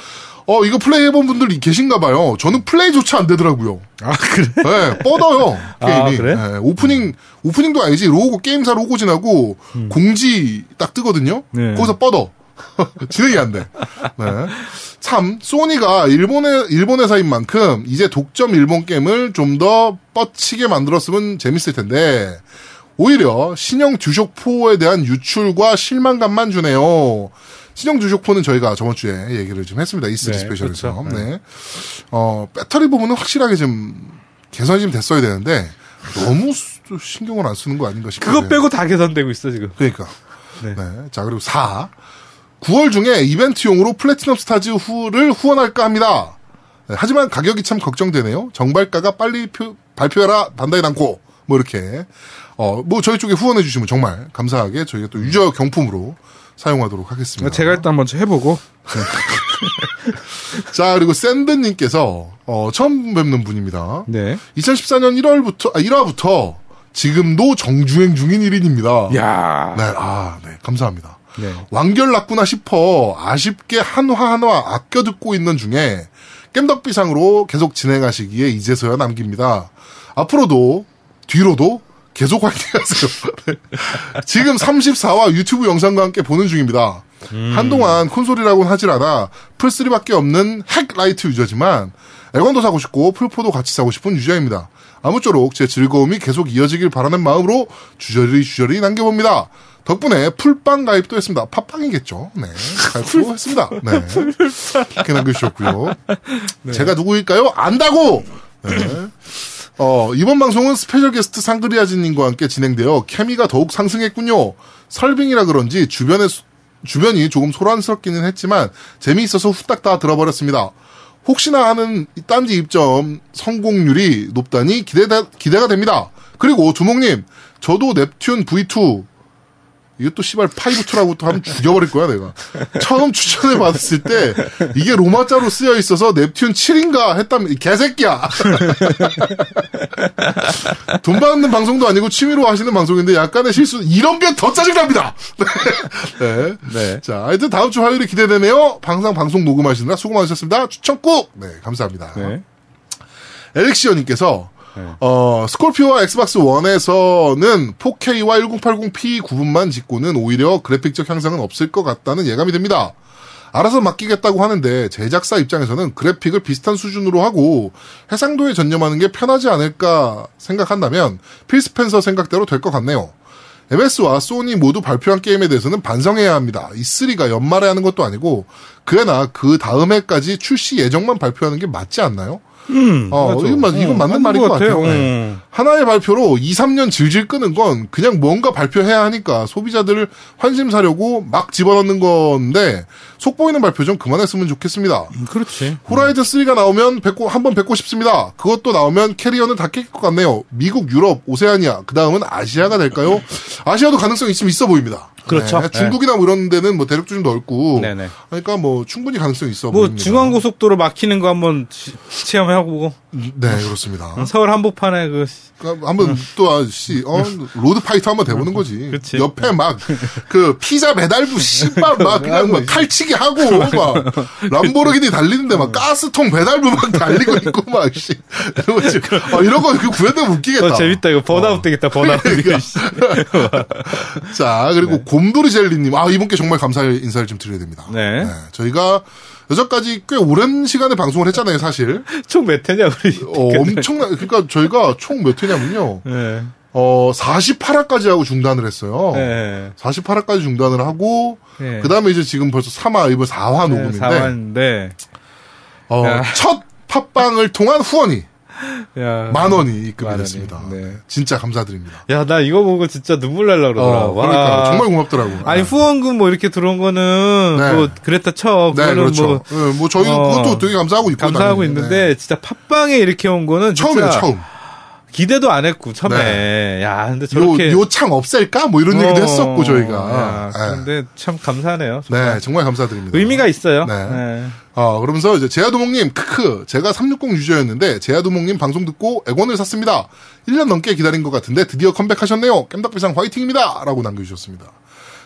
Speaker 1: 어, 이거 플레이 해본 분들 계신가 봐요. 저는 플레이조차 안 되더라고요.
Speaker 2: 아, 그래?
Speaker 1: 네, 뻗어요. 게임이.
Speaker 2: 아, 그래?
Speaker 1: 네, 오프닝, 오프닝도 알지. 로고, 게임사 로고 지나고 공지 딱 뜨거든요.
Speaker 2: 음. 네.
Speaker 1: 거기서 뻗어. 진행이 안 돼. 네. 참, 소니가 일본의, 일본 회사인 만큼 이제 독점 일본 게임을 좀 더 뻗치게 만들었으면 재밌을 텐데, 오히려 신형 듀쇼4에 대한 유출과 실망감만 주네요. 신형 듀쇼4는 저희가 저번 주에 얘기를 좀 했습니다. E3
Speaker 2: 네,
Speaker 1: 스페셜에서.
Speaker 2: 그렇죠.
Speaker 1: 네. 어, 배터리 부분은 확실하게 좀 개선이 좀 됐어야 되는데, 너무 수- 신경을 안 쓰는 거 아닌가 싶어요.
Speaker 2: 그거 빼고 다 계산되고 있어, 지금.
Speaker 1: 그러니까.
Speaker 2: 네.
Speaker 1: 네. 자, 그리고 4. 9월 중에 이벤트용으로 플래티넘 스타즈 후를 후원할까 합니다. 네, 하지만 가격이 참 걱정되네요. 정발가가 빨리 표- 발표해라, 반다이 남고. 뭐, 이렇게. 어, 뭐, 저희 쪽에 후원해주시면 정말 감사하게 저희가 또 유저 경품으로 사용하도록 하겠습니다.
Speaker 2: 제가 일단 먼저 해보고.
Speaker 1: 자, 그리고 샌드님께서, 어, 처음 뵙는 분입니다.
Speaker 2: 네.
Speaker 1: 2014년 1월부터, 아, 1화부터 지금도 정주행 중인 1인입니다.
Speaker 2: 야
Speaker 1: 네, 아, 네. 감사합니다.
Speaker 2: 네.
Speaker 1: 완결 났구나 싶어 아쉽게 한화 한화 아껴 듣고 있는 중에 깸덕비상으로 계속 진행하시기에 이제서야 남깁니다. 앞으로도 뒤로도 계속 화이팅하세요. 네. 지금 34화 유튜브 영상과 함께 보는 중입니다. 한동안 콘솔이라고는 하질 않아 플3밖에 없는 핵 라이트 유저지만 애건도 사고 싶고 풀포도 같이 사고 싶은 유저입니다. 아무쪼록 제 즐거움이 계속 이어지길 바라는 마음으로 주저리 주저리 남겨봅니다. 덕분에 풀빵 가입도 했습니다. 팟빵이겠죠. 네. 가입도 했습니다. 네. 이렇게 남겨주셨고요. 제가 누구일까요? 안다고! 네. 어, 이번 방송은 스페셜 게스트 상그리아진님과 함께 진행되어 케미가 더욱 상승했군요. 설빙이라 그런지 주변에, 수- 주변이 조금 소란스럽기는 했지만 재미있어서 후딱 다 들어버렸습니다. 혹시나 하는 이 딴지 입점 성공률이 높다니 기대, 기대가 됩니다. 그리고 주목님, 저도 넵튠 V2 이거 또 씨발 파이브2라고 또 하면 죽여버릴 거야 내가. 처음 추천을 받았을 때 이게 로마자로 쓰여 있어서 넵튠 7인가 했다면 이 개새끼야. 돈 받는 방송도 아니고 취미로 하시는 방송인데 약간의 실수 이런 게 더 짜증납니다. 네.
Speaker 2: 네.
Speaker 1: 자, 하여튼 다음 주 화요일이 기대되네요. 방상 방송 녹음하시느라 수고 많으셨습니다. 추천 꾹! 네, 감사합니다.
Speaker 2: 네.
Speaker 1: 엘릭시오님께서 어, 스콜피오와 엑스박스 1에서는 4K와 1080p 구분만 짓고는 오히려 그래픽적 향상은 없을 것 같다는 예감이 됩니다. 알아서 맡기겠다고 하는데 제작사 입장에서는 그래픽을 비슷한 수준으로 하고 해상도에 전념하는 게 편하지 않을까 생각한다면 필스펜서 생각대로 될 것 같네요. MS와 소니 모두 발표한 게임에 대해서는 반성해야 합니다. 이 3가 연말에 하는 것도 아니고 그래나 그 다음 해까지 출시 예정만 발표하는 게 맞지 않나요? 어,
Speaker 2: 맞아.
Speaker 1: 이건, 맞,
Speaker 2: 어,
Speaker 1: 이건 맞는
Speaker 2: 맞는
Speaker 1: 말인 것
Speaker 2: 것
Speaker 1: 같아요.
Speaker 2: 같아요.
Speaker 1: 네.
Speaker 2: 음.
Speaker 1: 하나의 발표로 2, 3년 질질 끄는 건 그냥 뭔가 발표해야 하니까 소비자들을 환심 사려고 막 집어넣는 건데 속보이는 발표 좀 네. 그만했으면 좋겠습니다.
Speaker 2: 그렇지.
Speaker 1: 호라이즌 3가 나오면 뵙고 한 번 뵙고 싶습니다. 그것도 나오면 캐리어는 다 깰 것 같네요. 미국, 유럽, 오세아니아, 그 다음은 아시아가 될까요? 아시아도 가능성이 지금 있어 보이입니다.
Speaker 2: 그렇죠.
Speaker 1: 네, 중국이나 뭐 이런 데는 뭐 대륙 좀 넓고,
Speaker 2: 네네.
Speaker 1: 그러니까 뭐 충분히 가능성이 있어
Speaker 2: 뭐
Speaker 1: 보입니다.
Speaker 2: 중앙고속도로 막히는 거 한번 시- 체험해보고
Speaker 1: 네 그렇습니다.
Speaker 2: 서울 한복판에 그
Speaker 1: 그러니까 한번 또 아씨 어 로드 파이터 한번 돼보는 거지.
Speaker 2: 그치.
Speaker 1: 옆에 막 그 피자 배달부 씨발 막 그냥 막 칼치기 하고 막 람보르기니 달리는데 막 가스통 배달부 막 달리고 있고 막씨 아, 이런 거 이렇게 구현되면 웃기겠다.
Speaker 2: 어, 재밌다 이거 번아웃 되겠다 번아웃 이거 씨.
Speaker 1: 자 그리고 곰돌이 젤리님 아 이분께 정말 감사의 인사를 좀 드려야 됩니다.
Speaker 2: 네.
Speaker 1: 저희가 여전까지 꽤 오랜 시간에 방송을 했잖아요 사실.
Speaker 2: 총몇 회냐 우리
Speaker 1: 어, 엄청나 그러니까 저희가 총 몇 회냐면요.
Speaker 2: 네.
Speaker 1: 어 48화까지 하고 중단을 했어요.
Speaker 2: 네.
Speaker 1: 48화까지 중단을 하고
Speaker 2: 네.
Speaker 1: 그다음에 이제 지금 벌써 3화 이번 4화
Speaker 2: 네,
Speaker 1: 녹음인데
Speaker 2: 사완인데 아.
Speaker 1: 어,
Speaker 2: 야.
Speaker 1: 첫 팟빵을 통한 후원이
Speaker 2: 야.
Speaker 1: 만 원이
Speaker 2: 아, 만
Speaker 1: 입금이
Speaker 2: 원이.
Speaker 1: 됐습니다.
Speaker 2: 네.
Speaker 1: 진짜 감사드립니다.
Speaker 2: 야, 나 이거 보고 진짜 눈물 날라 그러더라.
Speaker 1: 어,
Speaker 2: 와.
Speaker 1: 그러니까 정말 네. 고맙더라고.
Speaker 2: 아니 후원금 뭐 이렇게 들어온 거는
Speaker 1: 네.
Speaker 2: 뭐 그랬다 쳐.
Speaker 1: 네,
Speaker 2: 그거는
Speaker 1: 그렇죠.
Speaker 2: 뭐
Speaker 1: 예, 뭐, 저희
Speaker 2: 어,
Speaker 1: 그것도 되게 감사하고 있고
Speaker 2: 감사하고
Speaker 1: 당연히.
Speaker 2: 있는데
Speaker 1: 네.
Speaker 2: 진짜 팟빵에 이렇게 온 거는
Speaker 1: 처음이에요,
Speaker 2: 진짜
Speaker 1: 처음.
Speaker 2: 기대도 안 했고 처음에. 야, 근데 저렇게
Speaker 1: 네. 요 창 없앨까? 뭐 이런 얘기도
Speaker 2: 어,
Speaker 1: 했었고
Speaker 2: 야,
Speaker 1: 저희가. 예.
Speaker 2: 그런데 참 감사하네요.
Speaker 1: 네, 정말 감사드립니다.
Speaker 2: 의미가 있어요.
Speaker 1: 네.
Speaker 2: 네.
Speaker 1: 어, 그러면서 이제 제아도목님, 크크, 제가 360 유저였는데, 제아도목님 방송 듣고 액원을 샀습니다. 1년 넘게 기다린 것 같은데, 드디어 컴백하셨네요. 깸덕비상 화이팅입니다! 라고 남겨주셨습니다.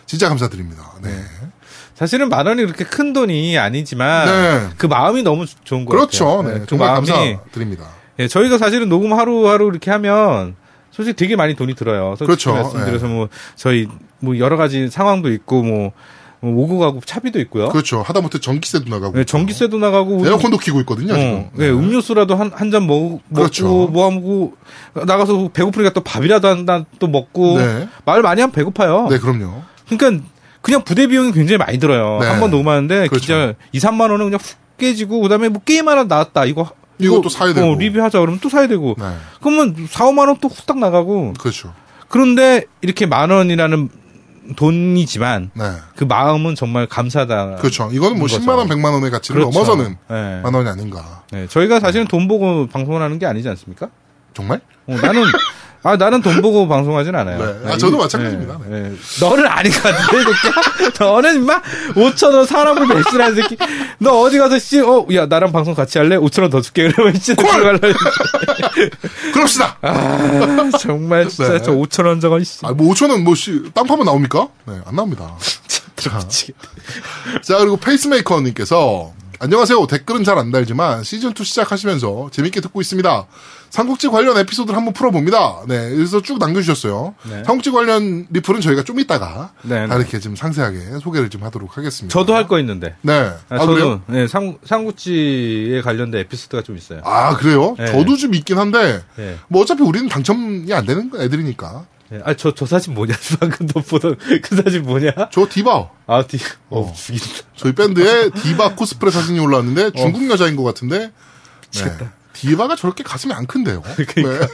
Speaker 1: 진짜 감사드립니다. 네.
Speaker 2: 음, 사실은 만 원이 그렇게 큰 돈이 아니지만
Speaker 1: 네.
Speaker 2: 그 마음이 음, 너무 좋은 거예요.
Speaker 1: 그렇죠. 네. 정말 감사드립니다.
Speaker 2: 예, 저희가 사실은 녹음 하루하루 이렇게 하면 솔직히 되게 많이 돈이 들어요. 솔직히
Speaker 1: 그렇죠.
Speaker 2: 말씀드려서 뭐 저희 뭐 여러 가지 상황도 있고 뭐, 뭐 오고 가고 차비도 있고요.
Speaker 1: 그렇죠. 하다못해 전기세도 나가고.
Speaker 2: 예, 전기세도 나가고
Speaker 1: 에어컨도 키고 있거든요,
Speaker 2: 어,
Speaker 1: 지금.
Speaker 2: 예, 음료수라도 한 한 잔 먹, 먹고
Speaker 1: 그렇죠.
Speaker 2: 뭐 하고 나가서 배고프니까 또 밥이라도 한단 또 먹고
Speaker 1: 네.
Speaker 2: 말 많이 하면 배고파요.
Speaker 1: 네, 그럼요.
Speaker 2: 그러니까 그냥 부대 비용이 굉장히 많이 들어요.
Speaker 1: 네.
Speaker 2: 한 번 녹음하는데
Speaker 1: 그렇죠.
Speaker 2: 진짜 2, 3만 원은 그냥 훅 깨지고 그다음에 뭐 게임 하나 나왔다. 이거
Speaker 1: 이것도 사야 되고.
Speaker 2: 어, 리뷰하자 그러면 또 사야 되고.
Speaker 1: 네.
Speaker 2: 그러면 4, 5만 원 또 후딱 나가고.
Speaker 1: 그렇죠.
Speaker 2: 그런데 이렇게 만 원이라는 돈이지만
Speaker 1: 네.
Speaker 2: 그 마음은 정말 감사하다.
Speaker 1: 그렇죠. 이거는 뭐
Speaker 2: 거죠.
Speaker 1: 10만원, 100만원의 가치를
Speaker 2: 그렇죠.
Speaker 1: 넘어서는
Speaker 2: 네.
Speaker 1: 만원이 아닌가.
Speaker 2: 네, 저희가 사실은 돈 보고 방송을 하는 게 아니지 않습니까?
Speaker 1: 정말?
Speaker 2: 어, 나는 아 나는 돈 보고 방송하진 않아요.
Speaker 1: 네. 아, 저도 마찬가지입니다.
Speaker 2: 네, 네. 너는 아닌 것 같은데, 새끼야. 너는 임마 5천 원 사람을 배신하는 새끼. 너 어디 가서 씨, 어, 야 나랑 방송 같이 할래? 5천 원 더 줄게. 그러면 씨, 들어갈래.
Speaker 1: 그럽시다!
Speaker 2: 아, 정말 진짜
Speaker 1: 네.
Speaker 2: 저 5천 원 저건 씨.
Speaker 1: 아, 뭐 5천원 뭐, 씨, 땅 파면 나옵니까? 네, 안 나옵니다.
Speaker 2: 미치겠다.
Speaker 1: 자, 그리고 페이스메이커님께서 안녕하세요. 댓글은 잘 안 달지만 시즌2 시작하시면서 재밌게 듣고 있습니다. 삼국지 관련 에피소드를 한번 풀어봅니다. 네, 그래서 쭉 남겨주셨어요. 삼국지 관련 리플은 저희가 좀 이따가
Speaker 2: 네,
Speaker 1: 다
Speaker 2: 네.
Speaker 1: 이렇게 좀 상세하게 소개를 좀 하도록 하겠습니다.
Speaker 2: 저도 할 거 있는데.
Speaker 1: 네.
Speaker 2: 아,
Speaker 1: 아, 그래요?
Speaker 2: 저도 네, 상 상구찌에 관련된 에피소드가 좀 있어요.
Speaker 1: 아, 그래요?
Speaker 2: 네.
Speaker 1: 저도 좀 있긴 한데,
Speaker 2: 네.
Speaker 1: 뭐 어차피 우리는 당첨이 안 되는 애들이니까.
Speaker 2: 네. 아, 저, 저 사진 뭐냐? 방금 너 보던 그 사진 뭐냐?
Speaker 1: 저 디바,
Speaker 2: 아, 디, 어, 죽인다.
Speaker 1: 저희 밴드에 디바 코스프레 사진이
Speaker 2: 어.
Speaker 1: 올라왔는데 중국 여자인 것 같은데 미치겠다. 디바가 저렇게 가슴이 안 큰데요.
Speaker 2: 그러니까.
Speaker 1: 네.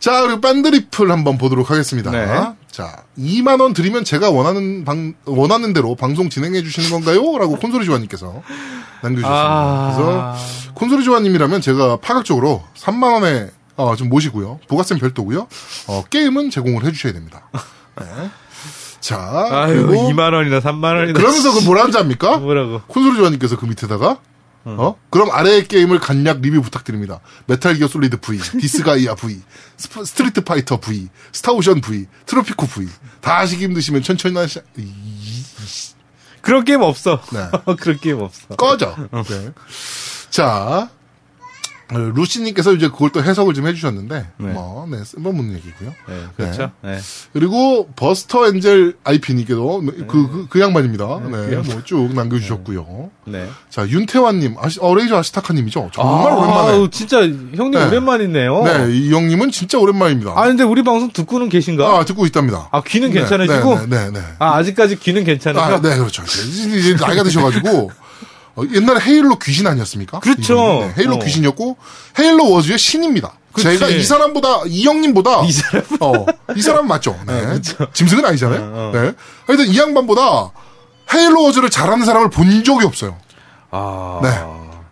Speaker 1: 자, 그리고 밴드리플 한번 보도록 하겠습니다.
Speaker 2: 네.
Speaker 1: 자, 2만 원 드리면 제가 원하는 방 원하는 대로 방송 진행해 주시는 건가요?라고 콘솔이 조아님께서 남겨주셨습니다.
Speaker 2: 아.
Speaker 1: 그래서 콘솔이 조아님이라면 제가 파격적으로 3만 원에 어, 좀 모시고요. 보가세는 별도고요. 어, 게임은 제공을 해주셔야 됩니다. 네. 자
Speaker 2: 아유,
Speaker 1: 그리고
Speaker 2: 2만 원이나 3만 원이나
Speaker 1: 그러면서 그 뭐라 한지 압니까?
Speaker 2: 뭐라고?
Speaker 1: 콘솔 조아님께서 그 밑에다가 어? 그럼 아래의 게임을 간략 리뷰 부탁드립니다. 메탈 기어 솔리드 V, 디스가이아 V, 스프- 스트리트 파이터 V, 스타오션 V, 트로피코 V. 다 하시기 힘드시면 천천히 하시...
Speaker 2: 그런 게임 없어.
Speaker 1: 네.
Speaker 2: 그런 게임 없어.
Speaker 1: 꺼져. 네. 자, 어, 루시님께서 이제 그걸 또 해석을 좀 해주셨는데,
Speaker 2: 네.
Speaker 1: 뭐, 네, 쓸모없는 얘기고요.
Speaker 2: 네, 그렇죠. 네.
Speaker 1: 그리고 버스터 엔젤 IP님께도 그, 그, 그 양반입니다. 네,
Speaker 2: 그 양반.
Speaker 1: 뭐 쭉 남겨주셨고요.
Speaker 2: 네.
Speaker 1: 자, 윤태환님, 아시, 어, 레이저 아시타카님이죠? 정말 오랜만에.
Speaker 2: 아우, 진짜 형님
Speaker 1: 네.
Speaker 2: 오랜만이네요.
Speaker 1: 네, 이 형님은 진짜 오랜만입니다.
Speaker 2: 아 근데 우리 방송 듣고는 계신가?
Speaker 1: 아, 듣고 있답니다.
Speaker 2: 아 귀는
Speaker 1: 네,
Speaker 2: 괜찮으시고?
Speaker 1: 네, 네, 네. 네.
Speaker 2: 아 아직까지 귀는 괜찮으세요?
Speaker 1: 아, 네, 그렇죠. 이제, 이제 나이가 드셔가지고. 어, 옛날에 헤일로 귀신 아니었습니까?
Speaker 2: 그렇죠.
Speaker 1: 이분이. 네, 헤일로
Speaker 2: 어.
Speaker 1: 귀신이었고, 헤일로 워즈의 신입니다.
Speaker 2: 그치.
Speaker 1: 제가 이 사람보다, 이 형님보다.
Speaker 2: 이 아, 그렇죠. 사람
Speaker 1: 어, 이 사람 맞죠. 네. 짐승은 아니잖아요.
Speaker 2: 어,
Speaker 1: 네. 하여튼 이 양반보다 헤일로 워즈를 잘하는 사람을 본 적이 없어요.
Speaker 2: 아.
Speaker 1: 네.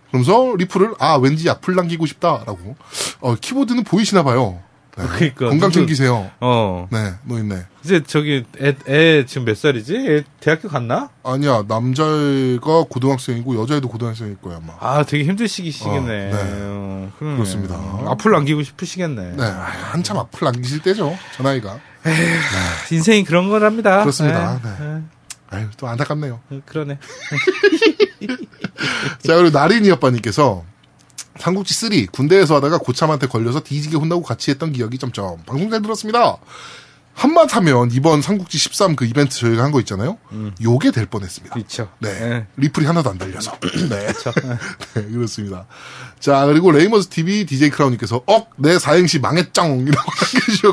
Speaker 1: 그러면서 리플을, 아, 왠지 약풀 남기고 싶다라고. 어, 키보드는 보이시나 봐요. 네.
Speaker 2: 그러니까
Speaker 1: 건강
Speaker 2: 무슨-
Speaker 1: 챙기세요.
Speaker 2: 어
Speaker 1: 네, 노인네.
Speaker 2: 이제 저기 애, 애 지금 몇 살이지? 애 대학교 갔나?
Speaker 1: 아니야, 남자애가 고등학생이고 여자애도 고등학생일 거야, 아마.
Speaker 2: 아 되게 힘드시기시겠네.
Speaker 1: 어,
Speaker 2: 어, 그러네요.
Speaker 1: 그렇습니다.
Speaker 2: 앞을 남기고 싶으시겠네.
Speaker 1: 네, 아, 한참 앞을 남기실 때죠, 저 나이가.
Speaker 2: 인생이 그런 거랍니다.
Speaker 1: 그렇습니다.
Speaker 2: 네.
Speaker 1: 아유, 또 안타깝네요.
Speaker 2: 네. 그러네.
Speaker 1: 자, 그리고 나린이 아빠님께서 삼국지 3 군대에서 하다가 고참한테 걸려서 뒤지게 혼나고 같이 했던 기억이 점점 방송 잘 들었습니다. 한마디하면 이번 삼국지 13 그 이벤트 저희가 한 거 있잖아요.
Speaker 2: 음.
Speaker 1: 요게 될 뻔했습니다.
Speaker 2: 그렇죠.
Speaker 1: 네.
Speaker 2: 네.
Speaker 1: 리플이 하나도 안 달려서. 네. 네, 그렇습니다. 자, 그리고 레이머스 TV DJ 크라운님께서 억, 내 사행시 망했짱! 이라고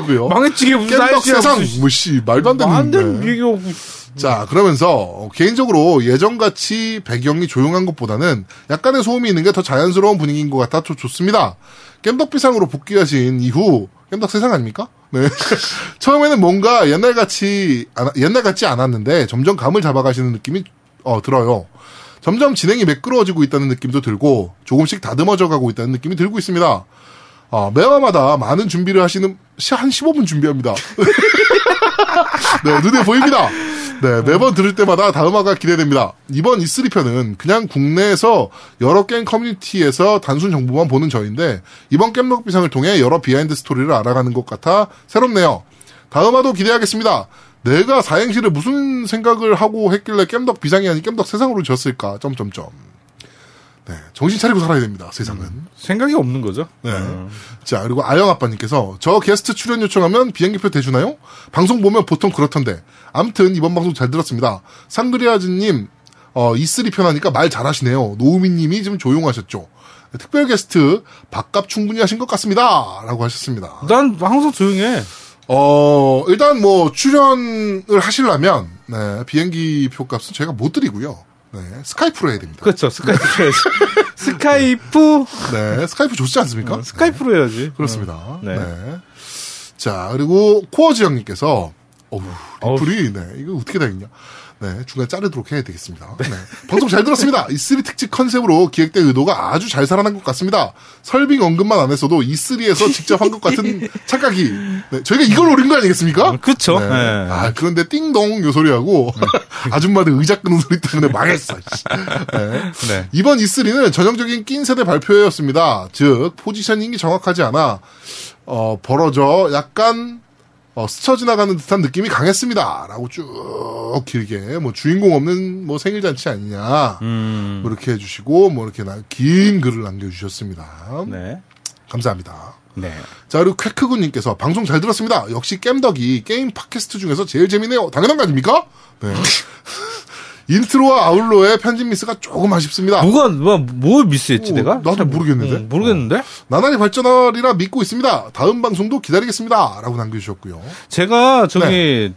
Speaker 1: 남겨주셨고요.
Speaker 2: 망했지게
Speaker 1: 깻덕
Speaker 2: 무슨 사이즈야,
Speaker 1: 세상!
Speaker 2: 무슨 씨.
Speaker 1: 뭐, 씨, 말도 안 되는
Speaker 2: 안 되는
Speaker 1: 네.
Speaker 2: 비교.
Speaker 1: 자, 그러면서 개인적으로 예전같이 배경이 조용한 것보다는 약간의 소음이 있는 게 더 자연스러운 분위기인 것 같아 좋, 좋습니다. 겜덕비상으로 복귀하신 이후 겜덕 세상 아닙니까? 네. 처음에는 뭔가 옛날같이 안- 옛날같지 않았는데 점점 감을 잡아가시는 느낌이 어, 들어요. 점점 진행이 매끄러워지고 있다는 느낌도 들고 조금씩 다듬어져 가고 있다는 느낌이 들고 있습니다. 아, 매화마다 많은 준비를 하시는 시- 한 15분 준비합니다. 네, 눈에 보입니다. 네, 매번 들을 때마다 다음화가 기대됩니다. 이번 E3편은 그냥 국내에서 여러 게임 커뮤니티에서 단순 정보만 보는 저인데 이번 겜록 비상을 통해 여러 비하인드 스토리를 알아가는 것 같아 새롭네요. 다음화도 기대하겠습니다. 내가 사행시를 무슨 생각을 하고 했길래 겜덕 비상이 아닌 겜덕 세상으로 지었을까? 점점점. 네, 정신 차리고 살아야 됩니다. 세상은.
Speaker 2: 생각이 없는 거죠.
Speaker 1: 네.
Speaker 2: 음.
Speaker 1: 자, 그리고 아영 아빠님께서 저 게스트 출연 요청하면 비행기표 대주나요? 방송 보면 보통 그렇던데. 암튼 이번 방송 잘 들었습니다. 산드리아즈님, 어, E3 편하니까 말 잘하시네요. 노우미님이 좀 조용하셨죠. 네, 특별 게스트 밥값 충분히 하신 것 같습니다. 라고 하셨습니다.
Speaker 2: 난 항상 조용해.
Speaker 1: 어, 일단 뭐 출연을 하시려면 네, 비행기 표값은 저희가 못 드리고요. 네, 스카이프로 해야 됩니다.
Speaker 2: 그렇죠. 스카이프 해야지. 스카이프?
Speaker 1: 네, 스카이프 좋지 않습니까?
Speaker 2: 어, 그 스카이프로 해야지.
Speaker 1: 그렇습니다.
Speaker 2: 네.
Speaker 1: 네. 자, 그리고 코어지 형님께서 어우,
Speaker 2: 어우.
Speaker 1: 리플이 네. 이거 어떻게 다 읽냐? 네, 중간에 자르도록 해야 되겠습니다. 네. 방송 잘 들었습니다. E3 특집 컨셉으로 기획된 의도가 아주 잘 살아난 것 같습니다. 설빙 언급만 안 했어도 E3에서 직접 한 것 같은 착각이. 네, 저희가 이걸 노린 거 아니겠습니까?
Speaker 2: 그쵸.
Speaker 1: 네.
Speaker 2: 네. 음.
Speaker 1: 아, 그런데 띵동 요 소리하고 아줌마들 의자 끄는 소리 때문에 망했어. 씨. 네.
Speaker 2: 네.
Speaker 1: 이번 E3는 전형적인 낀 세대 발표였습니다. 즉 포지셔닝이 정확하지 않아 어, 벌어져 약간 어, 스쳐 지나가는 듯한 느낌이 강했습니다.라고 쭉 길게 뭐 주인공 없는 뭐 생일 잔치 아니냐
Speaker 2: 음.
Speaker 1: 뭐 이렇게 해주시고 뭐 이렇게 나- 긴 글을 남겨주셨습니다.
Speaker 2: 네.
Speaker 1: 감사합니다.
Speaker 2: 네.
Speaker 1: 자 그리고 쾌크군님께서 방송 잘 들었습니다. 역시 겜덕이 게임 팟캐스트 중에서 제일 재미네요. 당연한 거 아닙니까? 네. 인트로와 아울러의 편집 미스가 조금 아쉽습니다.
Speaker 2: 뭐가, 뭐, 뭘 미스했지,
Speaker 1: 어,
Speaker 2: 내가? 음, 뭐.
Speaker 1: 나도
Speaker 2: 잘 모르-
Speaker 1: 모르겠는데. 어.
Speaker 2: 응, 모르겠는데?
Speaker 1: 나날이 발전하리라 믿고 있습니다. 다음 방송도 기다리겠습니다. 라고 남겨주셨고요.
Speaker 2: 제가, 저기,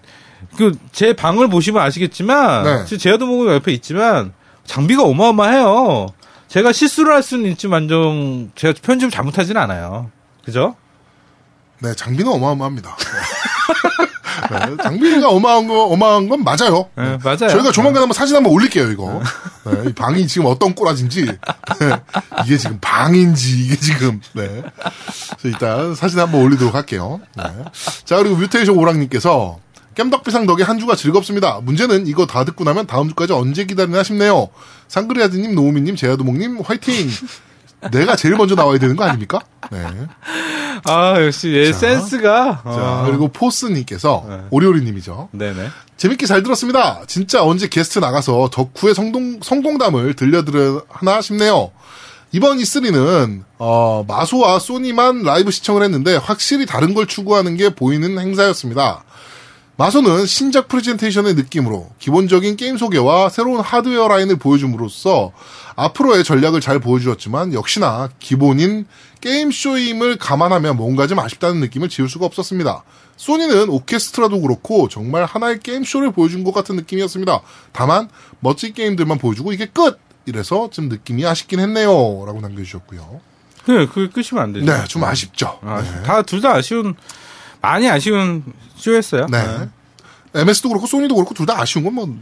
Speaker 2: 그, 제 방을 보시면 아시겠지만,
Speaker 1: 네.
Speaker 2: 지금 제어도 모가 옆에 있지만, 장비가 어마어마해요. 제가 실수를 할 수는 있지만정, 제가 편집을 잘못하진 않아요. 그죠?
Speaker 1: 네, 장비는 어마어마합니다. 네, 장비가 어마한 거 어마한 건 맞아요.
Speaker 2: 예, 맞아요.
Speaker 1: 네. 저희가 조만간 한번 사진 한번 올릴게요 이거. 네, 이 방이 지금 어떤 꼬라진지 네, 이게 지금 방인지 이게 지금 네. 그래서 일단 사진 한번 올리도록 할게요. 네. 자 그리고 뮤테이션 오랑님께서 깸덕비상 덕에 한 주가 즐겁습니다. 문제는 이거 다 듣고 나면 다음 주까지 언제 기다리나 싶네요. 상그리아드님, 노우미님, 제야도목님 화이팅. 내가 제일 먼저 나와야 되는 거 아닙니까? 네.
Speaker 2: 아, 역시 얘
Speaker 1: 자.
Speaker 2: 센스가.
Speaker 1: 자,
Speaker 2: 아. 네.
Speaker 1: 그리고 포스님께서 오리오리님이죠.
Speaker 2: 네네.
Speaker 1: 재밌게 잘 들었습니다. 진짜 언제 게스트 나가서 덕후의 성동, 성공담을 들려드려 하나 싶네요. 이번 E3는 어, 마소와 소니만 라이브 시청을 했는데 확실히 다른 걸 추구하는 게 보이는 행사였습니다. 마소는 신작 프레젠테이션의 느낌으로 기본적인 게임 소개와 새로운 하드웨어 라인을 보여줌으로써 앞으로의 전략을 잘 보여주었지만 역시나 기본인 게임쇼임을 감안하면 뭔가 좀 아쉽다는 느낌을 지울 수가 없었습니다. 소니는 오케스트라도 그렇고 정말 하나의 게임쇼를 보여준 것 같은 느낌이었습니다. 다만 멋진 게임들만 보여주고 이게 끝! 이래서 좀 느낌이 아쉽긴 했네요. 라고 남겨주셨고요.
Speaker 2: 그, 그게 끝이면 안 되죠.
Speaker 1: 네, 좀 아쉽죠.
Speaker 2: 아,
Speaker 1: 네.
Speaker 2: 다, 둘 다 아쉬운, 많이 아쉬운 쇼였어요.
Speaker 1: 네. MS도 그렇고 소니도 그렇고 둘 다 아쉬운 건 뭐. 네.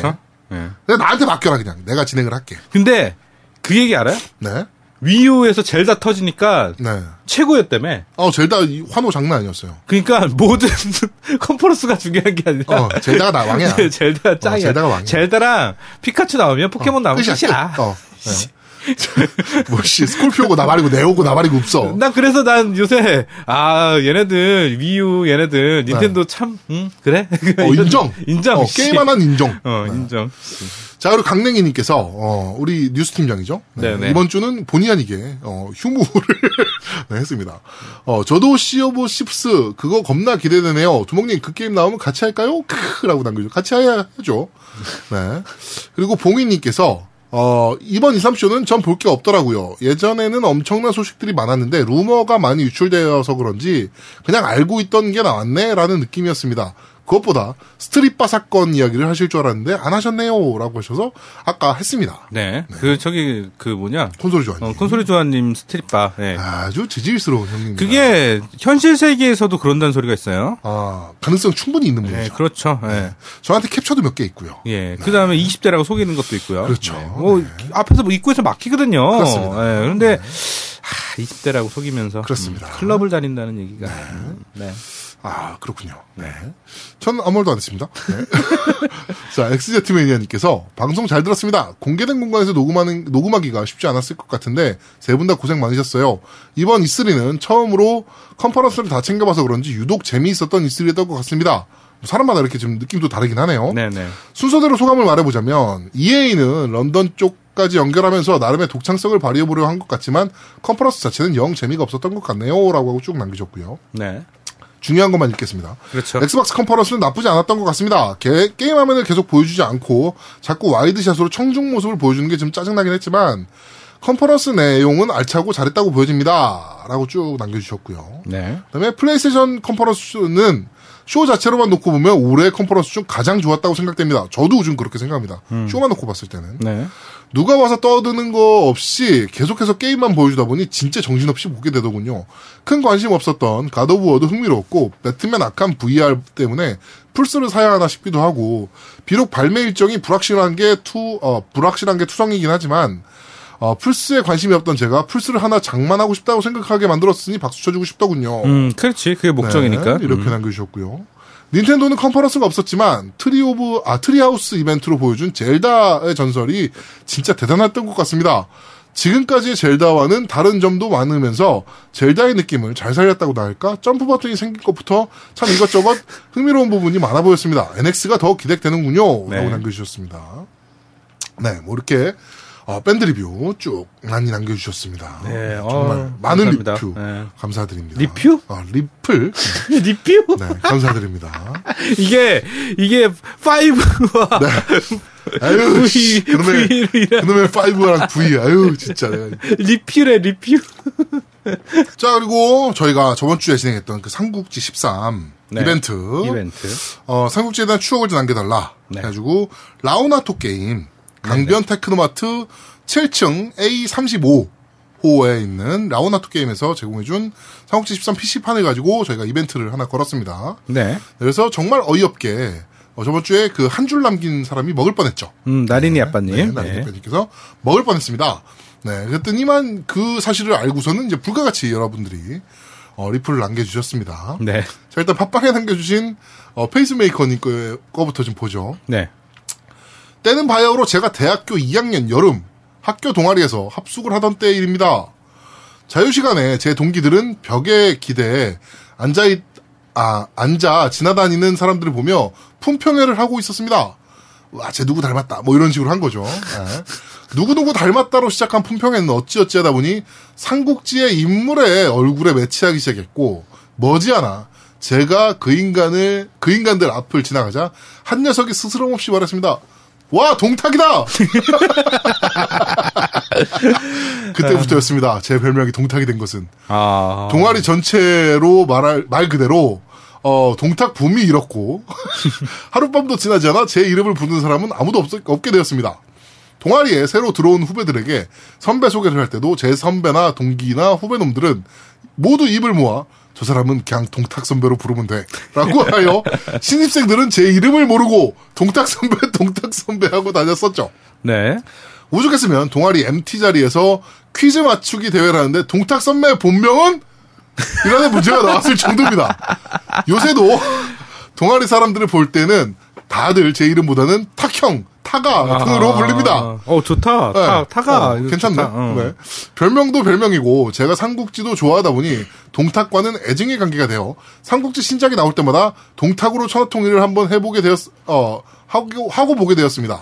Speaker 2: 그렇죠? 네.
Speaker 1: 그냥 나한테 맡겨라 그냥 내가 진행을 할게.
Speaker 2: 근데, 그 얘기 알아요?
Speaker 1: 네,
Speaker 2: 위유에서 젤다 터지니까
Speaker 1: 네.
Speaker 2: 최고였다며.
Speaker 1: 어 젤다 이 환호 장난 아니었어요.
Speaker 2: 그러니까 모든 컨퍼런스가 중요한 게 아니라.
Speaker 1: 어 젤다가 나 왕이야. 어,
Speaker 2: 제- 젤다가 짱이야.
Speaker 1: 젤다가 왕이야.
Speaker 2: 랑 피카츄 나오면 포켓몬 나오면
Speaker 1: 끝이야,
Speaker 2: 끝이야.
Speaker 1: 끝. 어. 네. 뭐씨 스콜피오고 나발이고 네오고 나발이고 없어.
Speaker 2: 난 그래서 난 요새 아 얘네들 위유 얘네들 닌텐도 참 음, 그래
Speaker 1: 어, 인정.
Speaker 2: 인정
Speaker 1: 어,
Speaker 2: 씨.
Speaker 1: 게임 하나 는 인정.
Speaker 2: 어
Speaker 1: 네.
Speaker 2: 인정
Speaker 1: 자 그리고 강냉이님께서 어, 우리 뉴스 팀장이죠. 네,
Speaker 2: 네네.
Speaker 1: 이번 주는 본의 아니게 어, 휴무를 네, 했습니다. 어, 저도 시어보 십스 그거 겁나 기대되네요. 두목님 그 게임 나오면 같이 할까요? 크라고 남겨줘. 같이 해야죠. 네. 그리고 봉인님께서 어, 이번 2, 3쇼는 전 볼 게 없더라고요. 예전에는 엄청난 소식들이 많았는데, 루머가 많이 유출되어서 그런지, 그냥 알고 있던 게 나왔네? 라는 느낌이었습니다. 그것보다 스트릿바 사건 이야기를 하실 줄 알았는데, 안 하셨네요. 라고 하셔서, 아까 했습니다.
Speaker 2: 네그 저기 그 뭐냐
Speaker 1: 콘솔 좋아하니
Speaker 2: 어, 콘솔이 조아님 스트릿바 네.
Speaker 1: 아주 네. 지질스러운 형님.
Speaker 2: 그게 현실 세계에서도 그런다는 소리가 있어요
Speaker 1: 아, 가능성 충분히 있는 분이죠.
Speaker 2: 네 그렇죠 예
Speaker 1: 저한테 캡처도 몇 개 있고요.
Speaker 2: 예. 그 다음에 20대라고 속이는 것도 있고요.
Speaker 1: 네. 그렇죠.
Speaker 2: 네. 뭐, 앞에서 뭐 입구에서 막히거든요.
Speaker 1: 그렇습니다. 네.
Speaker 2: 예. 그런데, 하, 20대라고 속이면서.
Speaker 1: 그렇습니다.
Speaker 2: 음, 클럽을 다닌다는 얘기가. 네.
Speaker 1: 아, 그렇군요. 네. 전 아무 말도 안 했습니다. 네. 자, 엑스제트 매니아님께서 방송 잘 들었습니다. 공개된 공간에서 녹음하는, 녹음하기가 쉽지 않았을 것 같은데, 세 분 다 고생 많으셨어요. 이번 E3는 처음으로 컨퍼런스를 다 챙겨봐서 그런지 유독 재미있었던 E3였던 것 같습니다. 사람마다 이렇게 지금 느낌도 다르긴 하네요.
Speaker 2: 네네.
Speaker 1: 순서대로 소감을 말해보자면 EA는 런던 쪽까지 연결하면서 나름의 독창성을 발휘해보려 한 것 같지만 컨퍼런스 자체는 영 재미가 없었던 것 같네요라고 하고 쭉 남기셨고요.
Speaker 2: 네.
Speaker 1: 중요한 것만 읽겠습니다.
Speaker 2: 그렇죠.
Speaker 1: 엑스박스 컨퍼런스는 나쁘지 않았던 것 같습니다. 게, 임 화면을 계속 보여주지 않고 자꾸 와이드샷으로 청중 모습을 보여주는 게 좀 짜증나긴 했지만 컨퍼런스 내용은 알차고 잘했다고 보여집니다. 라고 쭉 남겨주셨고요.
Speaker 2: 네.
Speaker 1: 그다음에 플레이스테이션 컨퍼런스는 쇼 자체로만 놓고 보면 올해 컨퍼런스 중 가장 좋았다고 생각됩니다. 저도 요즘 그렇게 생각합니다. 쇼만 놓고 봤을 때는
Speaker 2: 네.
Speaker 1: 누가 와서 떠드는 거 없이 계속해서 게임만 보여주다 보니 진짜 정신없이 보게 되더군요. 큰 관심 없었던 가오브 워도 흥미로웠고 배트맨 아캄 VR 때문에 플스를 사야 하나 싶기도 하고 비록 발매 일정이 불확실한 게 투, 어, 불확실한 게 투성이긴 하지만 어, 플스에 관심이 없던 제가 플스를 하나 장만하고 싶다고 생각하게 만들었으니 박수 쳐주고 싶더군요.
Speaker 2: 음, 그렇지. 그게 목적이니까. 음.
Speaker 1: 네, 이렇게 남겨주셨고요. 닌텐도는 컨퍼런스가 없었지만 트리 오브 아 트리하우스 이벤트로 보여준 젤다의 전설이 진짜 대단했던 것 같습니다. 지금까지의 젤다와는 다른 점도 많으면서 젤다의 느낌을 잘 살렸다고나 할까? 점프 버튼이 생긴 것부터 참 이것저것 흥미로운 부분이 많아 보였습니다. NX가 더 기대되는군요.
Speaker 2: 네.
Speaker 1: 라고 남겨주셨습니다. 네, 뭐 이렇게 어, 밴드 리뷰 쭉 많이 남겨주셨습니다.
Speaker 2: 네, 어,
Speaker 1: 정말 많은
Speaker 2: 감사합니다.
Speaker 1: 리뷰
Speaker 2: 네.
Speaker 1: 감사드립니다.
Speaker 2: 리뷰?
Speaker 1: 아, 리플.
Speaker 2: 리뷰?
Speaker 1: 네, 감사드립니다.
Speaker 2: 이게, 이게, 5와
Speaker 1: 네. 아유, 씨,
Speaker 2: V,
Speaker 1: 그놈의,
Speaker 2: V랑
Speaker 1: 그놈의 5랑 V, 아유, 진짜. 내가.
Speaker 2: 리뷰래, 리뷰.
Speaker 1: 자, 그리고 저희가 저번 주에 진행했던 그 삼국지 13
Speaker 2: 네.
Speaker 1: 이벤트.
Speaker 2: 이벤트.
Speaker 1: 어, 삼국지에 대한 추억을 좀 남겨달라.
Speaker 2: 네.
Speaker 1: 해가지고, 라우나토 게임, 강변 테크노마트 7층 A35 호에 있는 라오나투 게임에서 제공해준 삼국지 13 PC판을 가지고 저희가 이벤트를 하나 걸었습니다.
Speaker 2: 네.
Speaker 1: 그래서 정말 어이없게 어, 저번 주에 그 한 줄 남긴 사람이 먹을 뻔했죠.
Speaker 2: 음, 나린이
Speaker 1: 네,
Speaker 2: 아빠님.
Speaker 1: 나린
Speaker 2: 네.
Speaker 1: 대표님께서 먹을 뻔했습니다. 네, 그랬더니만 그 사실을 알고서는 이제 불가같이 여러분들이 어, 리플을 남겨주셨습니다.
Speaker 2: 네.
Speaker 1: 자, 일단 팟빵에 남겨주신 어, 페이스메이커님 거- 거부터 좀 보죠.
Speaker 2: 네.
Speaker 1: 때는 바야흐로 제가 대학교 2학년 여름 학교 동아리에서 합숙을 하던 때 일입니다. 자유시간에 제 동기들은 벽에 기대에 앉아, 있, 아, 앉아 지나다니는 사람들을 보며 품평회를 하고 있었습니다. 와, 쟤 누구 닮았다. 뭐 이런 식으로 한 거죠. 예. 누구누구 닮았다로 시작한 품평회는 어찌어찌 하다 보니 삼국지의 인물의 얼굴에 매치하기 시작했고, 머지않아 제가 그 인간을, 그 인간들 앞을 지나가자 한 녀석이 스스럼없이 말했습니다. 와, 동탁이다! 그때부터였습니다. 제 별명이 동탁이 된 것은.
Speaker 2: 아.
Speaker 1: 동아리 전체로 말할 말 그대로 어 동탁 붐이 일었고 하룻밤도 지나지 않아 제 이름을 부르는 사람은 아무도 없, 없게 되었습니다. 동아리에 새로 들어온 후배들에게 선배 소개를 할 때도 제 선배나 동기나 후배놈들은 모두 입을 모아 저 사람은 그냥 동탁 선배로 부르면 돼 라고 하여 신입생들은 제 이름을 모르고 동탁 선배 동탁 선배 하고 다녔었죠.
Speaker 2: 네.
Speaker 1: 오죽했으면 동아리 MT 자리에서 퀴즈 맞추기 대회를 하는데 동탁 선배의 본명은? 이라는 문제가 나왔을 정도입니다. 요새도 동아리 사람들을 볼 때는 다들 제 이름보다는 탁형, 타가 등으로
Speaker 2: 아.
Speaker 1: 불립니다.
Speaker 2: 어, 좋다. 타,
Speaker 1: 네.
Speaker 2: 타가.
Speaker 1: 어,
Speaker 2: 이거
Speaker 1: 괜찮네.
Speaker 2: 좋다. 어.
Speaker 1: 네. 별명도 별명이고 제가 삼국지도 좋아하다 보니 동탁과는 애증의 관계가 되어 삼국지 신작이 나올 때마다 동탁으로 천하통일을 한번 해보게 되었 어 하고 하고 보게 되었습니다.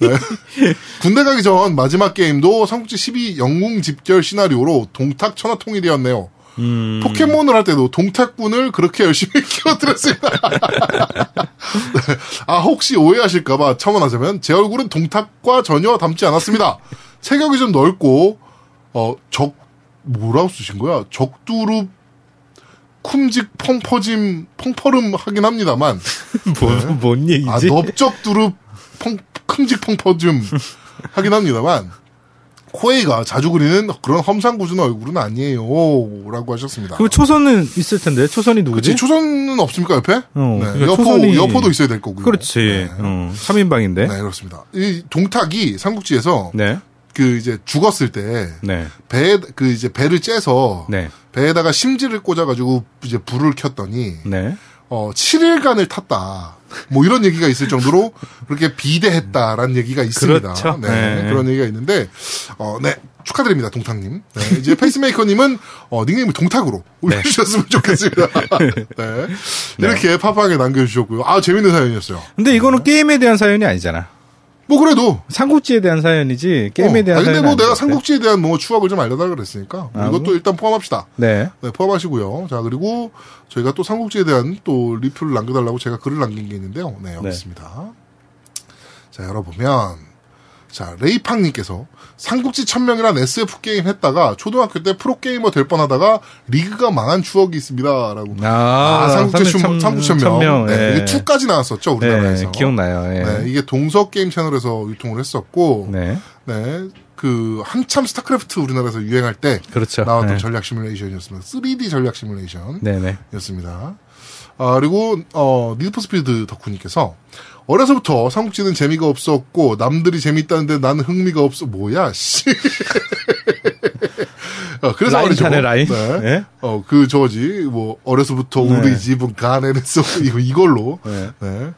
Speaker 1: 네. 군대 가기 전 마지막 게임도 삼국지 12 영웅 집결 시나리오로 동탁 천하통일이었네요.
Speaker 2: 음.
Speaker 1: 포켓몬을 할 때도 동탁군을 그렇게 열심히 키워드렸습니다. 네. 아, 혹시 오해하실까봐 첨언하자면, 제 얼굴은 동탁과 전혀 닮지 않았습니다. 체격이 좀 넓고, 어, 적, 뭐라고 쓰신 거야? 적두릅, 쿰직, 펑퍼짐, 펑퍼름 하긴 합니다만,
Speaker 2: 뭐, 뭔 얘기지?
Speaker 1: 아, 넓적두릅, 펑, 큼직, 펑퍼짐 하긴 합니다만, 코에이가 자주 그리는 그런 험상궂은 얼굴은 아니에요. 라고 하셨습니다.
Speaker 2: 그 초선은 있을 텐데, 초선이 누구지?
Speaker 1: 그치, 초선은 없습니까, 옆에?
Speaker 2: 그러니까
Speaker 1: 네, 여포,
Speaker 2: 초선이- 그렇죠.
Speaker 1: 여포도 있어야 될 거고요.
Speaker 2: 그렇지. 어, 3인방인데.
Speaker 1: 네, 그렇습니다. 이 동탁이 삼국지에서
Speaker 2: 네.
Speaker 1: 그 이제 죽었을 때
Speaker 2: 네.
Speaker 1: 배에 그 이제 배를 째서
Speaker 2: 네.
Speaker 1: 배에다가 심지를 꽂아가지고 이제 불을 켰더니
Speaker 2: 네.
Speaker 1: 어 7일간을 탔다. 뭐 이런 얘기가 있을 정도로 그렇게 비대했다라는 얘기가 있습니다.
Speaker 2: 그렇죠.
Speaker 1: 네,
Speaker 2: 네.
Speaker 1: 그런 얘기가 있는데 어 네. 축하드립니다, 동탁님. 네, 이제 페이스메이커님은 어, 닉네임을 동탁으로 올려주셨으면 좋겠습니다. 네. 이렇게 팝빵에 남겨주셨고요. 아 재밌는 사연이었어요.
Speaker 2: 근데 이거는 게임에 대한 사연이 아니잖아.
Speaker 1: 뭐 그래도
Speaker 2: 삼국지에 대한 사연이지, 게임에
Speaker 1: 어,
Speaker 2: 대한
Speaker 1: 아니,
Speaker 2: 사연이
Speaker 1: 근데
Speaker 2: 아니
Speaker 1: 뭐 내가 삼국지에 대한 뭐 추억을 좀 알려달라 그랬으니까 뭐
Speaker 2: 아,
Speaker 1: 이것도
Speaker 2: 뭐.
Speaker 1: 일단 포함합시다.
Speaker 2: 네.
Speaker 1: 네, 포함하시고요. 자 그리고 저희가 또 삼국지에 대한 또 리플을 남겨달라고 제가 글을 남긴 게 있는데요. 네, 여기
Speaker 2: 네.
Speaker 1: 있습니다. 자 열어보면. 자, 레이팡님께서 삼국지 천명이란 SF 게임 했다가 초등학교 때 프로게이머 될 뻔하다가 리그가 망한 추억이 있습니다. 라고. 아, 삼국지 천- 삼국지 천명. 네, 이게 2까지 나왔었죠, 우리나라에서.
Speaker 2: 예. 네, 기억나요. 예.
Speaker 1: 네, 이게 동서게임 채널에서 유통을 했었고.
Speaker 2: 네.
Speaker 1: 네. 그 한참 스타크래프트 우리나라에서 유행할 때
Speaker 2: 그렇죠.
Speaker 1: 나왔던
Speaker 2: 네.
Speaker 1: 전략 시뮬레이션이었습니다. 3D 전략 시뮬레이션이었습니다.
Speaker 2: 네네.
Speaker 1: 아, 그리고 어 니드포스피드 덕후님께서 어려서부터 삼국지는 재미가 없었고 남들이 재미있다는데 나는 흥미가 없어 뭐야 씨. 어, 그래서
Speaker 2: 라인
Speaker 1: 말이죠.
Speaker 2: 타네, 라인.
Speaker 1: 네.
Speaker 2: 네.
Speaker 1: 어, 그 저지 뭐 어려서부터
Speaker 2: 네.
Speaker 1: 우리 집은 가난했어 이거 이걸로.
Speaker 2: 네.
Speaker 1: 네.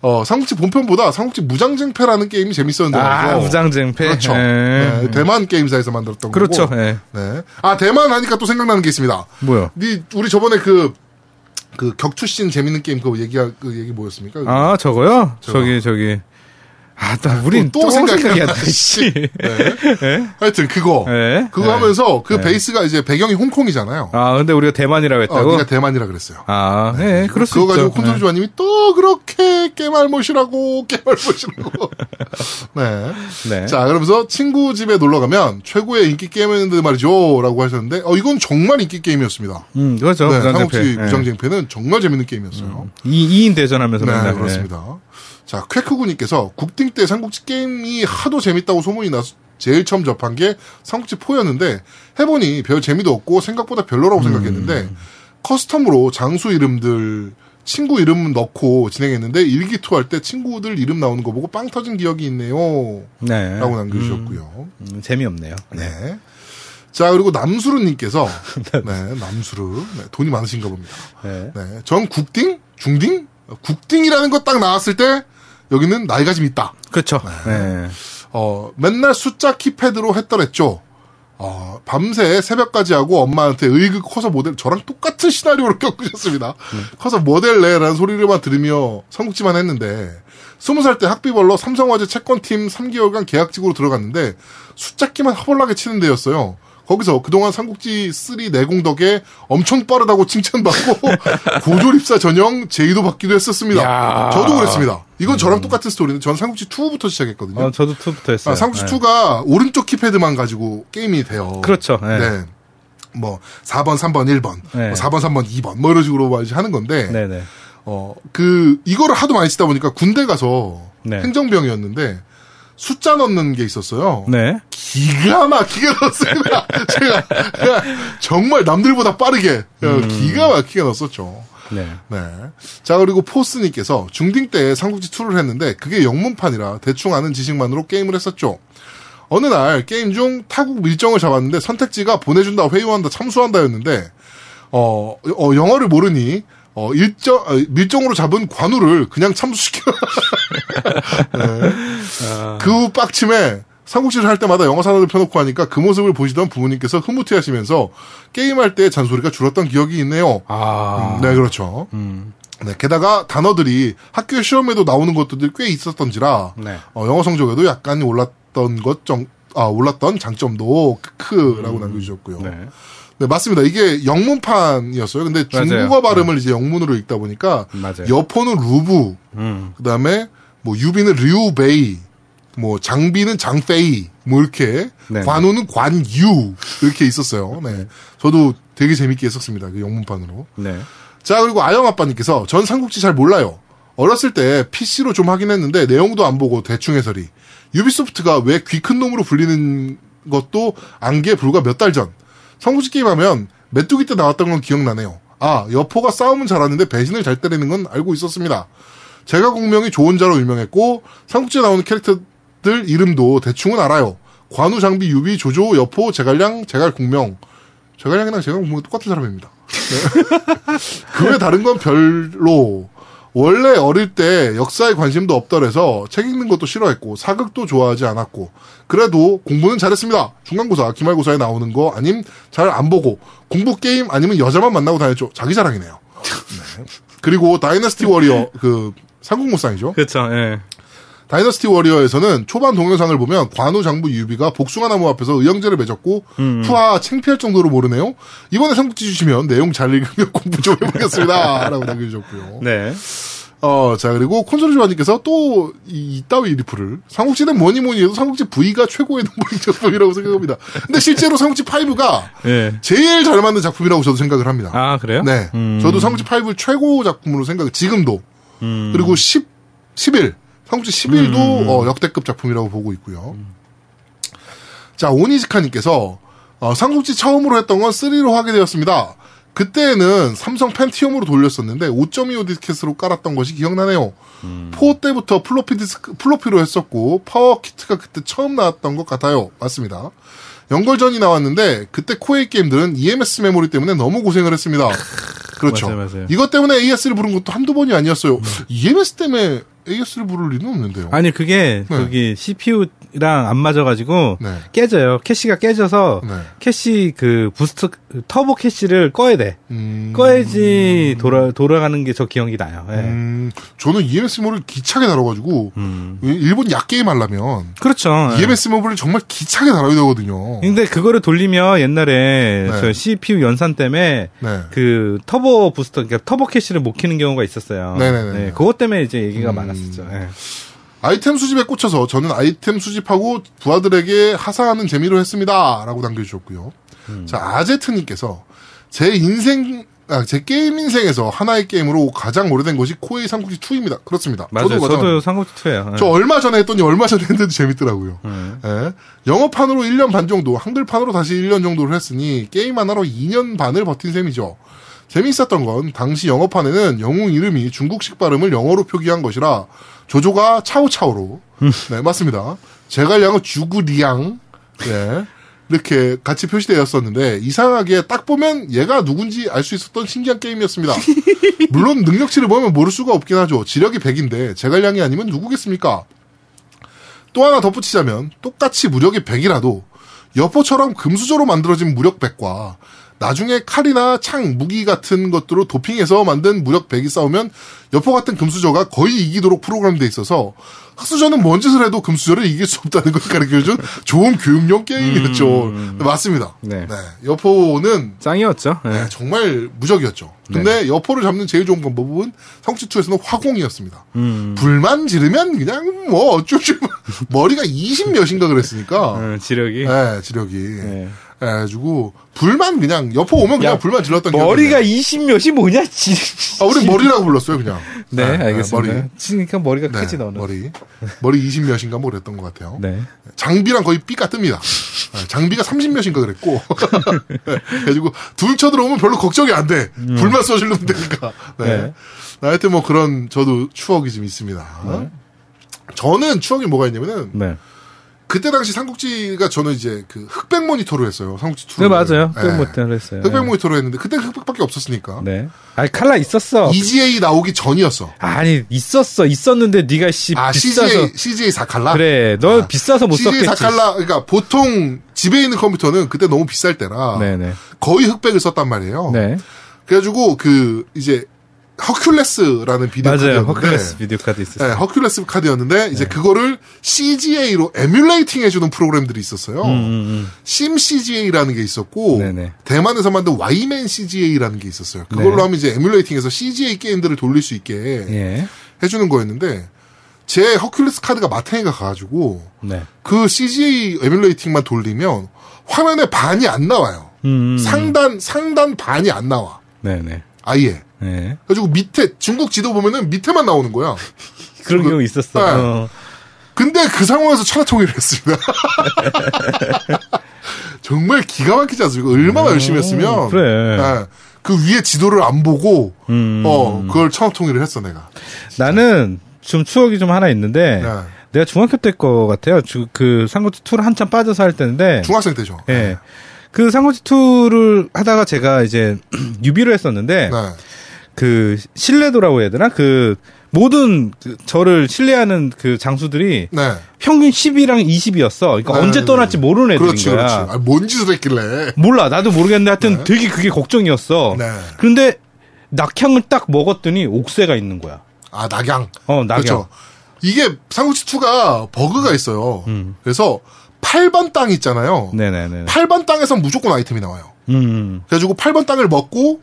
Speaker 1: 어 삼국지 본편보다 삼국지 무장쟁패라는 게임이 재밌었는데
Speaker 2: 아,
Speaker 1: 말이죠.
Speaker 2: 무장쟁패.
Speaker 1: 네, 그렇죠.
Speaker 2: 예.
Speaker 1: 네, 대만 게임사에서 만들었던
Speaker 2: 그렇죠.
Speaker 1: 거고.
Speaker 2: 예.
Speaker 1: 네. 아 대만 하니까 또 생각나는 게 있습니다.
Speaker 2: 뭐요?
Speaker 1: 니 우리 저번에 그, 그 격투씬 재밌는 게임 그거 얘기할 그 얘기 뭐였습니까?
Speaker 2: 아, 저거요?
Speaker 1: 저거.
Speaker 2: 저기 저기. 아, 나, 우린 또, 생각이 안 나, 씨.
Speaker 1: 네.
Speaker 2: 예?
Speaker 1: 하여튼 그거
Speaker 2: 예?
Speaker 1: 그거
Speaker 2: 예.
Speaker 1: 하면서 그 베이스가 이제 배경이 홍콩이잖아요.
Speaker 2: 아, 근데 우리가 대만이라고
Speaker 1: 어,
Speaker 2: 했다고?
Speaker 1: 네가 대만이라 그랬어요.
Speaker 2: 아, 네, 그럴 수
Speaker 1: 그거 가지고
Speaker 2: 있죠.
Speaker 1: 콘솔 조아님이 또 그렇게 깨말못이라고 깨말못이라고. 네.
Speaker 2: 네.
Speaker 1: 자 그러면서 친구 집에 놀러 가면 최고의 인기 게임이었는데 말이죠라고 하셨는데 어 이건 정말 인기 게임이었습니다.
Speaker 2: 음, 그렇죠.
Speaker 1: 네,
Speaker 2: 무장쟁패.
Speaker 1: 삼국지
Speaker 2: 예.
Speaker 1: 무장쟁패는 정말 재밌는 게임이었어요.
Speaker 2: 이 2인 대전하면서
Speaker 1: 네,
Speaker 2: 맨날, 예.
Speaker 1: 그렇습니다. 자, 쾌크군님께서 국딩 때 삼국지 게임이 하도 재밌다고 소문이 나, 제일 처음 접한 게 삼국지 4였는데 해보니 별 재미도 없고 생각보다 별로라고 생각했는데 커스텀으로 장수 이름들 친구 이름 넣고 진행했는데 일기투 할 때 친구들 이름 나오는 거 보고 빵 터진 기억이 있네요.
Speaker 2: 네.
Speaker 1: 라고 남겨주셨고요.
Speaker 2: 음, 재미없네요.
Speaker 1: 네. 자 그리고 남수르님께서 네 남수르 네, 돈이 많으신가 봅니다.
Speaker 2: 네.
Speaker 1: 네, 전 국딩 중딩 어, 국딩이라는 거 딱 나왔을 때 여기는 나이가 좀 있다.
Speaker 2: 그렇죠. 네.
Speaker 1: 어, 맨날 숫자 키패드로 했더랬죠. 어, 밤새 새벽까지 하고 엄마한테 의극 커서 모델, 저랑 똑같은 시나리오를 겪으셨습니다. 커서 모델 내라는 소리를만 들으며 삼국지만 했는데, 스무 살 때 학비벌로 삼성화재 채권팀 3개월간 계약직으로 들어갔는데, 숫자키만 허벌나게 치는 데였어요. 거기서 그동안 삼국지 3 내공 덕에 엄청 빠르다고 칭찬받고, 고졸입사 전형 제의도 받기도 했었습니다.
Speaker 2: 야.
Speaker 1: 저도 그랬습니다. 이건 저랑 똑같은 스토리인데, 전 삼국지 2부터 시작했거든요.
Speaker 2: 어, 저도 2부터 했어요.
Speaker 1: 아, 삼국지
Speaker 2: 네.
Speaker 1: 2가 오른쪽 키패드만 가지고 게임이 돼요.
Speaker 2: 그렇죠.
Speaker 1: 네.
Speaker 2: 네.
Speaker 1: 뭐 4번, 3번, 1번,
Speaker 2: 네.
Speaker 1: 뭐 4번, 3번, 2번 뭐 이런 식으로 막 이제 하는 건데
Speaker 2: 네, 네.
Speaker 1: 어 그 이거를 하도 많이 쓰다 보니까 군대 가서
Speaker 2: 네.
Speaker 1: 행정병이었는데 숫자 넣는 게 있었어요.
Speaker 2: 네.
Speaker 1: 기가 막히게 넣었습니다. 제가 정말 남들보다 빠르게 어,
Speaker 2: 음.
Speaker 1: 기가 막히게 넣었었죠.
Speaker 2: 네.
Speaker 1: 네. 자, 그리고 포스님께서 중딩 때 삼국지 2를 했는데 그게 영문판이라 대충 아는 지식만으로 게임을 했었죠. 어느 날 게임 중 타국 밀정을 잡았는데 선택지가 보내준다, 회유한다, 참수한다였는데 어, 어, 영어를 모르니 어, 일정 어, 밀정으로 잡은 관우를 그냥 참수시켜. 네. 그 후 빡침에 삼국지를 할 때마다 영어 사전을 펴놓고 하니까 그 모습을 보시던 부모님께서 흐뭇해하시면서 게임할 때 잔소리가 줄었던 기억이 있네요.
Speaker 2: 아.
Speaker 1: 음, 네, 그렇죠. 네, 게다가 단어들이 학교 시험에도 나오는 것들이 꽤 있었던지라
Speaker 2: 네.
Speaker 1: 어, 영어 성적에도 약간 올랐던 것 정, 아, 올랐던 장점도 크크라고 남겨주셨고요. 네.
Speaker 2: 음. 네.
Speaker 1: 맞습니다. 이게 영문판이었어요. 근데
Speaker 2: 맞아요. 네.
Speaker 1: 중국어 발음을 이제 영문으로 읽다 보니까
Speaker 2: 맞아요.
Speaker 1: 여포는 루부,
Speaker 2: 음.
Speaker 1: 그다음에 뭐 유비는 류베이, 뭐 장비는 장페이, 뭐 이렇게
Speaker 2: 네.
Speaker 1: 관우는 관유 이렇게 있었어요. 네, 저도 되게 재밌게 했었습니다. 그 영문판으로.
Speaker 2: 네.
Speaker 1: 자, 그리고 아영 아빠님께서 전 삼국지 잘 몰라요. 어렸을 때 PC로 좀 하긴 했는데 내용도 안 보고 대충 해설이. 유비소프트가 왜 귀 큰 놈으로 불리는 것도 안개 불과 몇 달 전. 삼국지 게임 하면 메뚜기 때 나왔던 건 기억나네요. 아, 여포가 싸움은 잘하는데 배신을 잘 때리는 건 알고 있었습니다. 제가 공명이 좋은 자로 유명했고 삼국지에 나오는 캐릭터들 이름도 대충은 알아요. 관우, 장비, 유비, 조조, 여포, 제갈량, 제갈공명. 제갈량이랑 제갈공명이 똑같은 사람입니다. 그 외 다른 건 별로. 원래 어릴 때 역사에 관심도 없더래서 책 읽는 것도 싫어했고 사극도 좋아하지 않았고 그래도 공부는 잘했습니다. 중간고사, 기말고사에 나오는 거 아님 잘 안 보고 공부 게임 아니면 여자만 만나고 다녔죠. 자기 자랑이네요. 네. 그리고 다이너스티 워리어 그 삼국무쌍이죠.
Speaker 2: 그렇죠. 예.
Speaker 1: 다이너스티 워리어에서는 초반 동영상을 보면 관우 장부 유비가 복숭아 나무 앞에서 의형제를 맺었고 푸하 창피할 정도로 모르네요. 이번에 삼국지 주시면 내용 잘 읽으면 공부 좀 해보겠습니다. 라고 남겨주셨고요.
Speaker 2: 네.
Speaker 1: 어, 자 그리고 콘솔 조아님께서 또 이, 이따위 리플을 삼국지는 뭐니 뭐니 해도 삼국지 V가 최고의 넘버링 작품이라고 생각합니다. 근데 실제로 삼국지 5가
Speaker 2: 예.
Speaker 1: 제일 잘 맞는 작품이라고 저도 생각을 합니다.
Speaker 2: 아, 그래요?
Speaker 1: 네.
Speaker 2: 음.
Speaker 1: 저도 삼국지 5를 최고 작품으로 생각, 지금도.
Speaker 2: 음.
Speaker 1: 그리고 10, 11. 삼국지 11도 어, 역대급 작품이라고 보고 있고요. 자, 오니지카님께서 어, 삼국지 처음으로 했던 건 3로 하게 되었습니다. 그때는 삼성 펜티엄으로 돌렸었는데 5.25 디스켓으로 깔았던 것이 기억나네요. 포 때부터 플로피 디스크, 플로피로 했었고 파워 키트가 그때 처음 나왔던 것 같아요. 맞습니다. 연결전이 나왔는데 그때 코에이 게임들은 EMS 메모리 때문에 너무 고생을 했습니다. 그렇죠.
Speaker 2: 맞아요, 맞아요. 네.
Speaker 1: 이것 때문에 AS를 부른 것도 한두 번이 아니었어요. EMS 때문에 AS를 부를 리는 없는데요.
Speaker 2: 아니 그게
Speaker 1: 네.
Speaker 2: 저기 CPU랑 안 맞아가지고
Speaker 1: 네.
Speaker 2: 깨져요. 캐시가 깨져서
Speaker 1: 네.
Speaker 2: 캐시 그 부스트 그 터보 캐시를 꺼야 돼.
Speaker 1: 음,
Speaker 2: 꺼야지 돌아 돌아가는 게 저 기억이 나요. 예.
Speaker 1: 음, 저는 EMS 메모리를 기차게 다뤄가지고
Speaker 2: 음.
Speaker 1: 일본 약게임 하려면
Speaker 2: 그렇죠. 예.
Speaker 1: EMS 메모리를 정말 기차게 다뤄야 되거든요.
Speaker 2: 근데 그거를 돌리면 옛날에
Speaker 1: 네.
Speaker 2: 저 CPU 연산 때문에
Speaker 1: 네.
Speaker 2: 그 터보 부스터 그러니까 터보 캐시를 못 키는 경우가 있었어요.
Speaker 1: 네네네. 음.
Speaker 2: 예, 그것 때문에 이제 얘기가 많았었죠. 예.
Speaker 1: 아이템 수집에 꽂혀서 저는 아이템 수집하고 부하들에게 하사하는
Speaker 2: 음.
Speaker 1: 재미로 했습니다. 라고 남겨주셨고요. 자, 아제트님께서 제 인생 아, 제 게임 인생에서 하나의 게임으로 가장 오래된 것이 코에이 삼국지 2입니다. 그렇습니다.
Speaker 2: 맞아요. 저도,
Speaker 1: 가장
Speaker 2: 삼국지 투예요. 네. 음.
Speaker 1: 저 얼마 전에 했더니 얼마 전에 했는데 재밌더라고요. 예. 영어판으로 1년 반 정도, 한글판으로 다시 1년 정도를 했으니 게임 하나로 2년 반을 버틴 셈이죠. 재미있었던 건 당시 영어판에는 영웅 이름이 중국식 발음을 영어로 표기한 것이라 조조가 차오차오로 네 맞습니다. 제갈량은 주구리양 네 이렇게 같이 표시되었었는데 이상하게 딱 보면 얘가 누군지 알 수 있었던 신기한 게임이었습니다. 물론 능력치를 보면 모를 수가 없긴 하죠. 지력이 100인데 제갈량이 아니면 누구겠습니까? 또 하나 덧붙이자면 똑같이 무력이 100이라도 여포처럼 금수저로 만들어진 무력 100과 나중에 칼이나 창, 무기 같은 것들로 도핑해서 만든 무력 100이 싸우면 여포 같은 금수저가 거의 이기도록 프로그램돼 있어서 흑수저는 뭔 짓을 해도 금수저를 이길 수 없다는 걸 가르쳐준 좋은 교육용 게임이었죠. 맞습니다.
Speaker 2: 네.
Speaker 1: 여포는
Speaker 2: 짱이었죠. 예.
Speaker 1: 네, 정말 무적이었죠.
Speaker 2: 네.
Speaker 1: 근데 여포를 잡는 제일 좋은 방법은 성취투에서는 화공이었습니다.
Speaker 2: 음.
Speaker 1: 불만 지르면 그냥 뭐 어쩔 줄 몰라. 머리가 20 몇인가 그랬으니까.
Speaker 2: 음, 지력이.
Speaker 1: 네, 지력이.
Speaker 2: 네.
Speaker 1: 그래가지고 불만 그냥 여포 오면 그냥
Speaker 2: 야,
Speaker 1: 불만 질렀던 기억이
Speaker 2: 머리가 20몇이 뭐냐, 지.
Speaker 1: 나요. 아, 우리 머리라고 불렀어요 그냥.
Speaker 2: 네, 알겠습니다.
Speaker 1: 아, 머리.
Speaker 2: 그러니까 머리가
Speaker 1: 네,
Speaker 2: 크지 너는.
Speaker 1: 머리 머리 20 몇인가 뭐 그랬던 것 같아요.
Speaker 2: 네.
Speaker 1: 장비랑 거의 삐까 뜹니다. 네, 장비가 30몇인가 그랬고. 네, 그래가지고, 둘 쳐들어오면 별로 걱정이 안 돼. 불만 쏘시면 되니까. 네.
Speaker 2: 음. 네.
Speaker 1: 하여튼 뭐 그런 저도 추억이 좀 있습니다. 저는 추억이 뭐가 있냐면은,
Speaker 2: 네.
Speaker 1: 그때 당시 삼국지가 저는 이제 그 흑백 모니터로 했어요. 삼국지 2.
Speaker 2: 네, 맞아요. 흑백 모니터로 했어요.
Speaker 1: 흑백
Speaker 2: 네.
Speaker 1: 모니터로 했는데, 그때 흑백밖에 없었으니까.
Speaker 2: 네. 아니 칼라 있었어.
Speaker 1: EGA 나오기 전이었어.
Speaker 2: 아니 있었어. 있었는데 네가 씨
Speaker 1: 아,
Speaker 2: 비싸서
Speaker 1: CGA, CGA 사칼라?
Speaker 2: 그래. 너 비싸서 못
Speaker 1: CGA
Speaker 2: 썼겠지.
Speaker 1: 아, 사칼라, 그러니까 보통 집에 있는 컴퓨터는 그때 너무 비쌀 때라.
Speaker 2: 네네.
Speaker 1: 거의 흑백을 썼단 말이에요.
Speaker 2: 네.
Speaker 1: 그래가지고 그 이제 허큘레스라는 비디오
Speaker 2: 맞아요.
Speaker 1: 카드였는데
Speaker 2: 허클레스 비디오 카드 네. 있었어요.
Speaker 1: 네, 허큘레스 카드였는데 이제 그거를 CGA로 에뮬레이팅 해주는 프로그램들이 있었어요.
Speaker 2: 음,
Speaker 1: 심 CGA라는 게 있었고
Speaker 2: 네네.
Speaker 1: 대만에서 만든 와이맨 CGA라는 게 있었어요. 그걸로
Speaker 2: 네.
Speaker 1: 하면 이제 에뮬레이팅해서 CGA 게임들을 돌릴 수 있게
Speaker 2: 음. 예.
Speaker 1: 해주는 거였는데 제 허큘레스 카드가 마탱이가 가가지고
Speaker 2: 네.
Speaker 1: 그 CGA 에뮬레이팅만 돌리면 화면에 반이 안 나와요.
Speaker 2: 음. 음.
Speaker 1: 상단 상단 반이 안 나와
Speaker 2: 네네.
Speaker 1: 아예.
Speaker 2: 네.
Speaker 1: 그래가지고 밑에 중국 지도 보면은 밑에만 나오는 거야.
Speaker 2: 그런
Speaker 1: 그-
Speaker 2: 경우 있었어.
Speaker 1: 네.
Speaker 2: 어.
Speaker 1: 근데 그 상황에서 천하통일을 했습니다. 정말 기가 막히지 않습니까? 얼마나 열심히 했으면
Speaker 2: 음. 그래.
Speaker 1: 예, 그 위에 지도를 안 보고
Speaker 2: 음. 네.
Speaker 1: 어 그걸 천하통일을 했어 내가.
Speaker 2: 나는 좀 추억이 좀 하나 있는데
Speaker 1: 네.
Speaker 2: 내가 중학교 때 거 같아요. 주- 그 상고투 투를 한참 빠져서 할 때인데
Speaker 1: 중학생 때죠.
Speaker 2: 예. 그 상고지 투를 하다가 제가 이제 유비로 했었는데
Speaker 1: 네.
Speaker 2: 그 신뢰도라고 해야 되나 그 모든 그 저를 신뢰하는 그 장수들이
Speaker 1: 네.
Speaker 2: 평균 10이랑 20이었어. 그러니까
Speaker 1: 네,
Speaker 2: 언제
Speaker 1: 네,
Speaker 2: 떠날지
Speaker 1: 네.
Speaker 2: 모르는 애들인
Speaker 1: 그렇지,
Speaker 2: 거야.
Speaker 1: 그렇지. 아, 뭔 짓을 했길래.
Speaker 2: 몰라 나도 모르겠는데 하여튼 되게 그게 걱정이었어.
Speaker 1: 네.
Speaker 2: 그런데 낙향을 딱 먹었더니 옥새가 있는 거야.
Speaker 1: 아, 낙양.
Speaker 2: 어, 낙양.
Speaker 1: 그렇죠. 이게 삼국지2가 버그가 있어요. 그래서 8번 땅 있잖아요.
Speaker 2: 음. 네네네.
Speaker 1: 8번 땅에서 무조건 아이템이 나와요.
Speaker 2: 음.
Speaker 1: 그래가지고 8번 땅을 먹고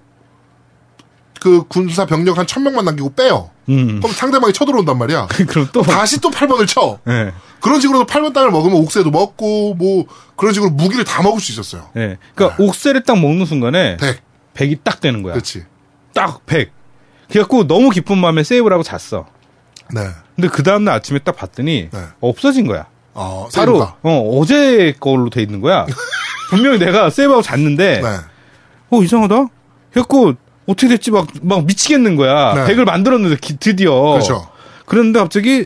Speaker 1: 그 군사 병력 한 1000명만 남기고 빼요.
Speaker 2: 음.
Speaker 1: 그럼 상대방이 쳐들어온단 말이야.
Speaker 2: 그럼 또
Speaker 1: 다시 또 8번을 쳐.
Speaker 2: 예.
Speaker 1: 그런 식으로 8번 땅을 먹으면 옥새도 먹고 뭐 그런 식으로 무기를 다 먹을 수 있었어요.
Speaker 2: 예. 그러니까 옥새를 딱 먹는 순간에
Speaker 1: 100.
Speaker 2: 100이 딱 되는 거야.
Speaker 1: 네. 그렇지.
Speaker 2: 딱 100. 그래갖고 너무 기쁜 마음에 세이브를 하고 잤어.
Speaker 1: 네.
Speaker 2: 근데 그 다음날 아침에 딱 봤더니
Speaker 1: 네.
Speaker 2: 없어진 거야.
Speaker 1: 어,
Speaker 2: 바로
Speaker 1: 세이브가.
Speaker 2: 어, 어제 걸로 돼 있는 거야. 분명히 내가 세이브하고 잤는데
Speaker 1: 네.
Speaker 2: 어 이상하다. 그래갖고 어떻게 됐지 막 막 미치겠는 거야.
Speaker 1: 네.
Speaker 2: 100을 만들었는데 기- 드디어.
Speaker 1: 그렇죠.
Speaker 2: 그런데 갑자기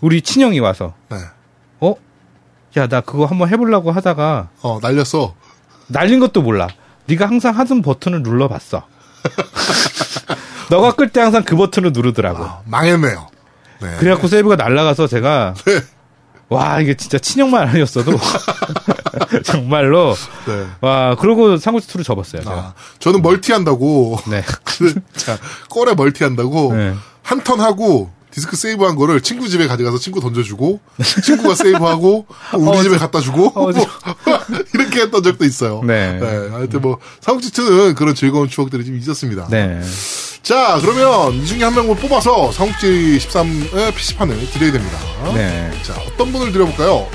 Speaker 2: 우리 친형이 와서
Speaker 1: 네.
Speaker 2: 어? 야 나 그거 한번 해보려고 하다가
Speaker 1: 어, 날렸어.
Speaker 2: 날린 것도 몰라. 네가 항상 하던 버튼을 눌러봤어. 너가 끌 때 항상 그 버튼을 누르더라고.
Speaker 1: 아, 망했네요. 네.
Speaker 2: 그래갖고 세이브가 날아가서 제가 와 이게 진짜 친형만 아니었어도 정말로
Speaker 1: 네.
Speaker 2: 와 그러고 상구치 투를 접었어요. 제가.
Speaker 1: 아, 저는 멀티 한다고.
Speaker 2: 네.
Speaker 1: 자, 그 꼴에 멀티 한다고.
Speaker 2: 네.
Speaker 1: 한 턴 하고, 디스크 세이브 한 거를 친구 집에 가져가서 친구 던져주고, 친구가 세이브하고, 우리 집에 갖다 주고, 뭐
Speaker 2: 어, 어지-
Speaker 1: 이렇게 했던 적도 있어요.
Speaker 2: 네.
Speaker 1: 하여튼 뭐, 삼국지트는 그런 즐거운 추억들이 좀 있었습니다.
Speaker 2: 네.
Speaker 1: 자, 그러면 이 중에 한 명을 뽑아서 삼국지 13의 PC판을 드려야 됩니다.
Speaker 2: 네.
Speaker 1: 자, 어떤 분을 드려볼까요?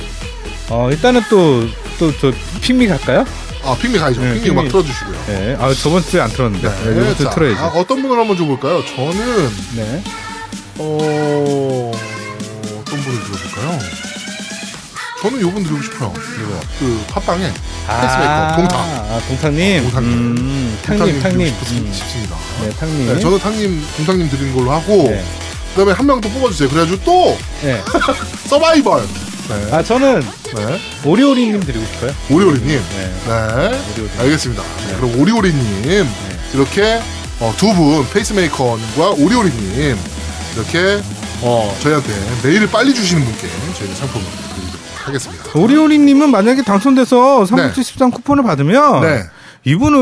Speaker 2: 어 일단은 또 또 저 핑미 갈까요?
Speaker 1: 아, 핑미 가야죠.
Speaker 2: 네,
Speaker 1: 핑미,
Speaker 2: 핑미.
Speaker 1: 음악 틀어주시고요.
Speaker 2: 네. 아, 저번 주에 안 틀었는데. 네, 이번 주에
Speaker 1: 자,
Speaker 2: 틀어야지.
Speaker 1: 아, 어떤 분을 한번 줘볼까요? 저는,
Speaker 2: 네.
Speaker 1: 어, 어떤 분을 들어볼까요? 저는 요분 드리고 싶어요.
Speaker 2: 이거.
Speaker 1: 그, 팟빵에, 페이스메이커, 동탕.
Speaker 2: 아, 동탕님.
Speaker 1: 어, 동탕님.
Speaker 2: 아. 음, 탕님, 탕님.
Speaker 1: 드리고 싶-
Speaker 2: 음.
Speaker 1: 싶습니다.
Speaker 2: 네, 탕님.
Speaker 1: 네, 저는 탕님, 동탕님 드리는 걸로 하고,
Speaker 2: 네.
Speaker 1: 그 다음에 한 명 또 뽑아주세요. 그래가지고 또,
Speaker 2: 네.
Speaker 1: 서바이벌. 네.
Speaker 2: 아, 저는
Speaker 1: 네.
Speaker 2: 오리오리님 드리고 싶어요.
Speaker 1: 오리오리님.
Speaker 2: 네.
Speaker 1: 네.
Speaker 2: 오리오리.
Speaker 1: 알겠습니다. 네, 그럼 오리오리님 이렇게 어, 두 분 페이스메이커님과 오리오리님 이렇게 어, 저희한테 메일을 빨리 주시는 분께 저희가 상품을 드리도록 하겠습니다.
Speaker 2: 오리오리님은 만약에 당첨돼서 삼국지 13 쿠폰을 받으면
Speaker 1: 네.
Speaker 2: 이분은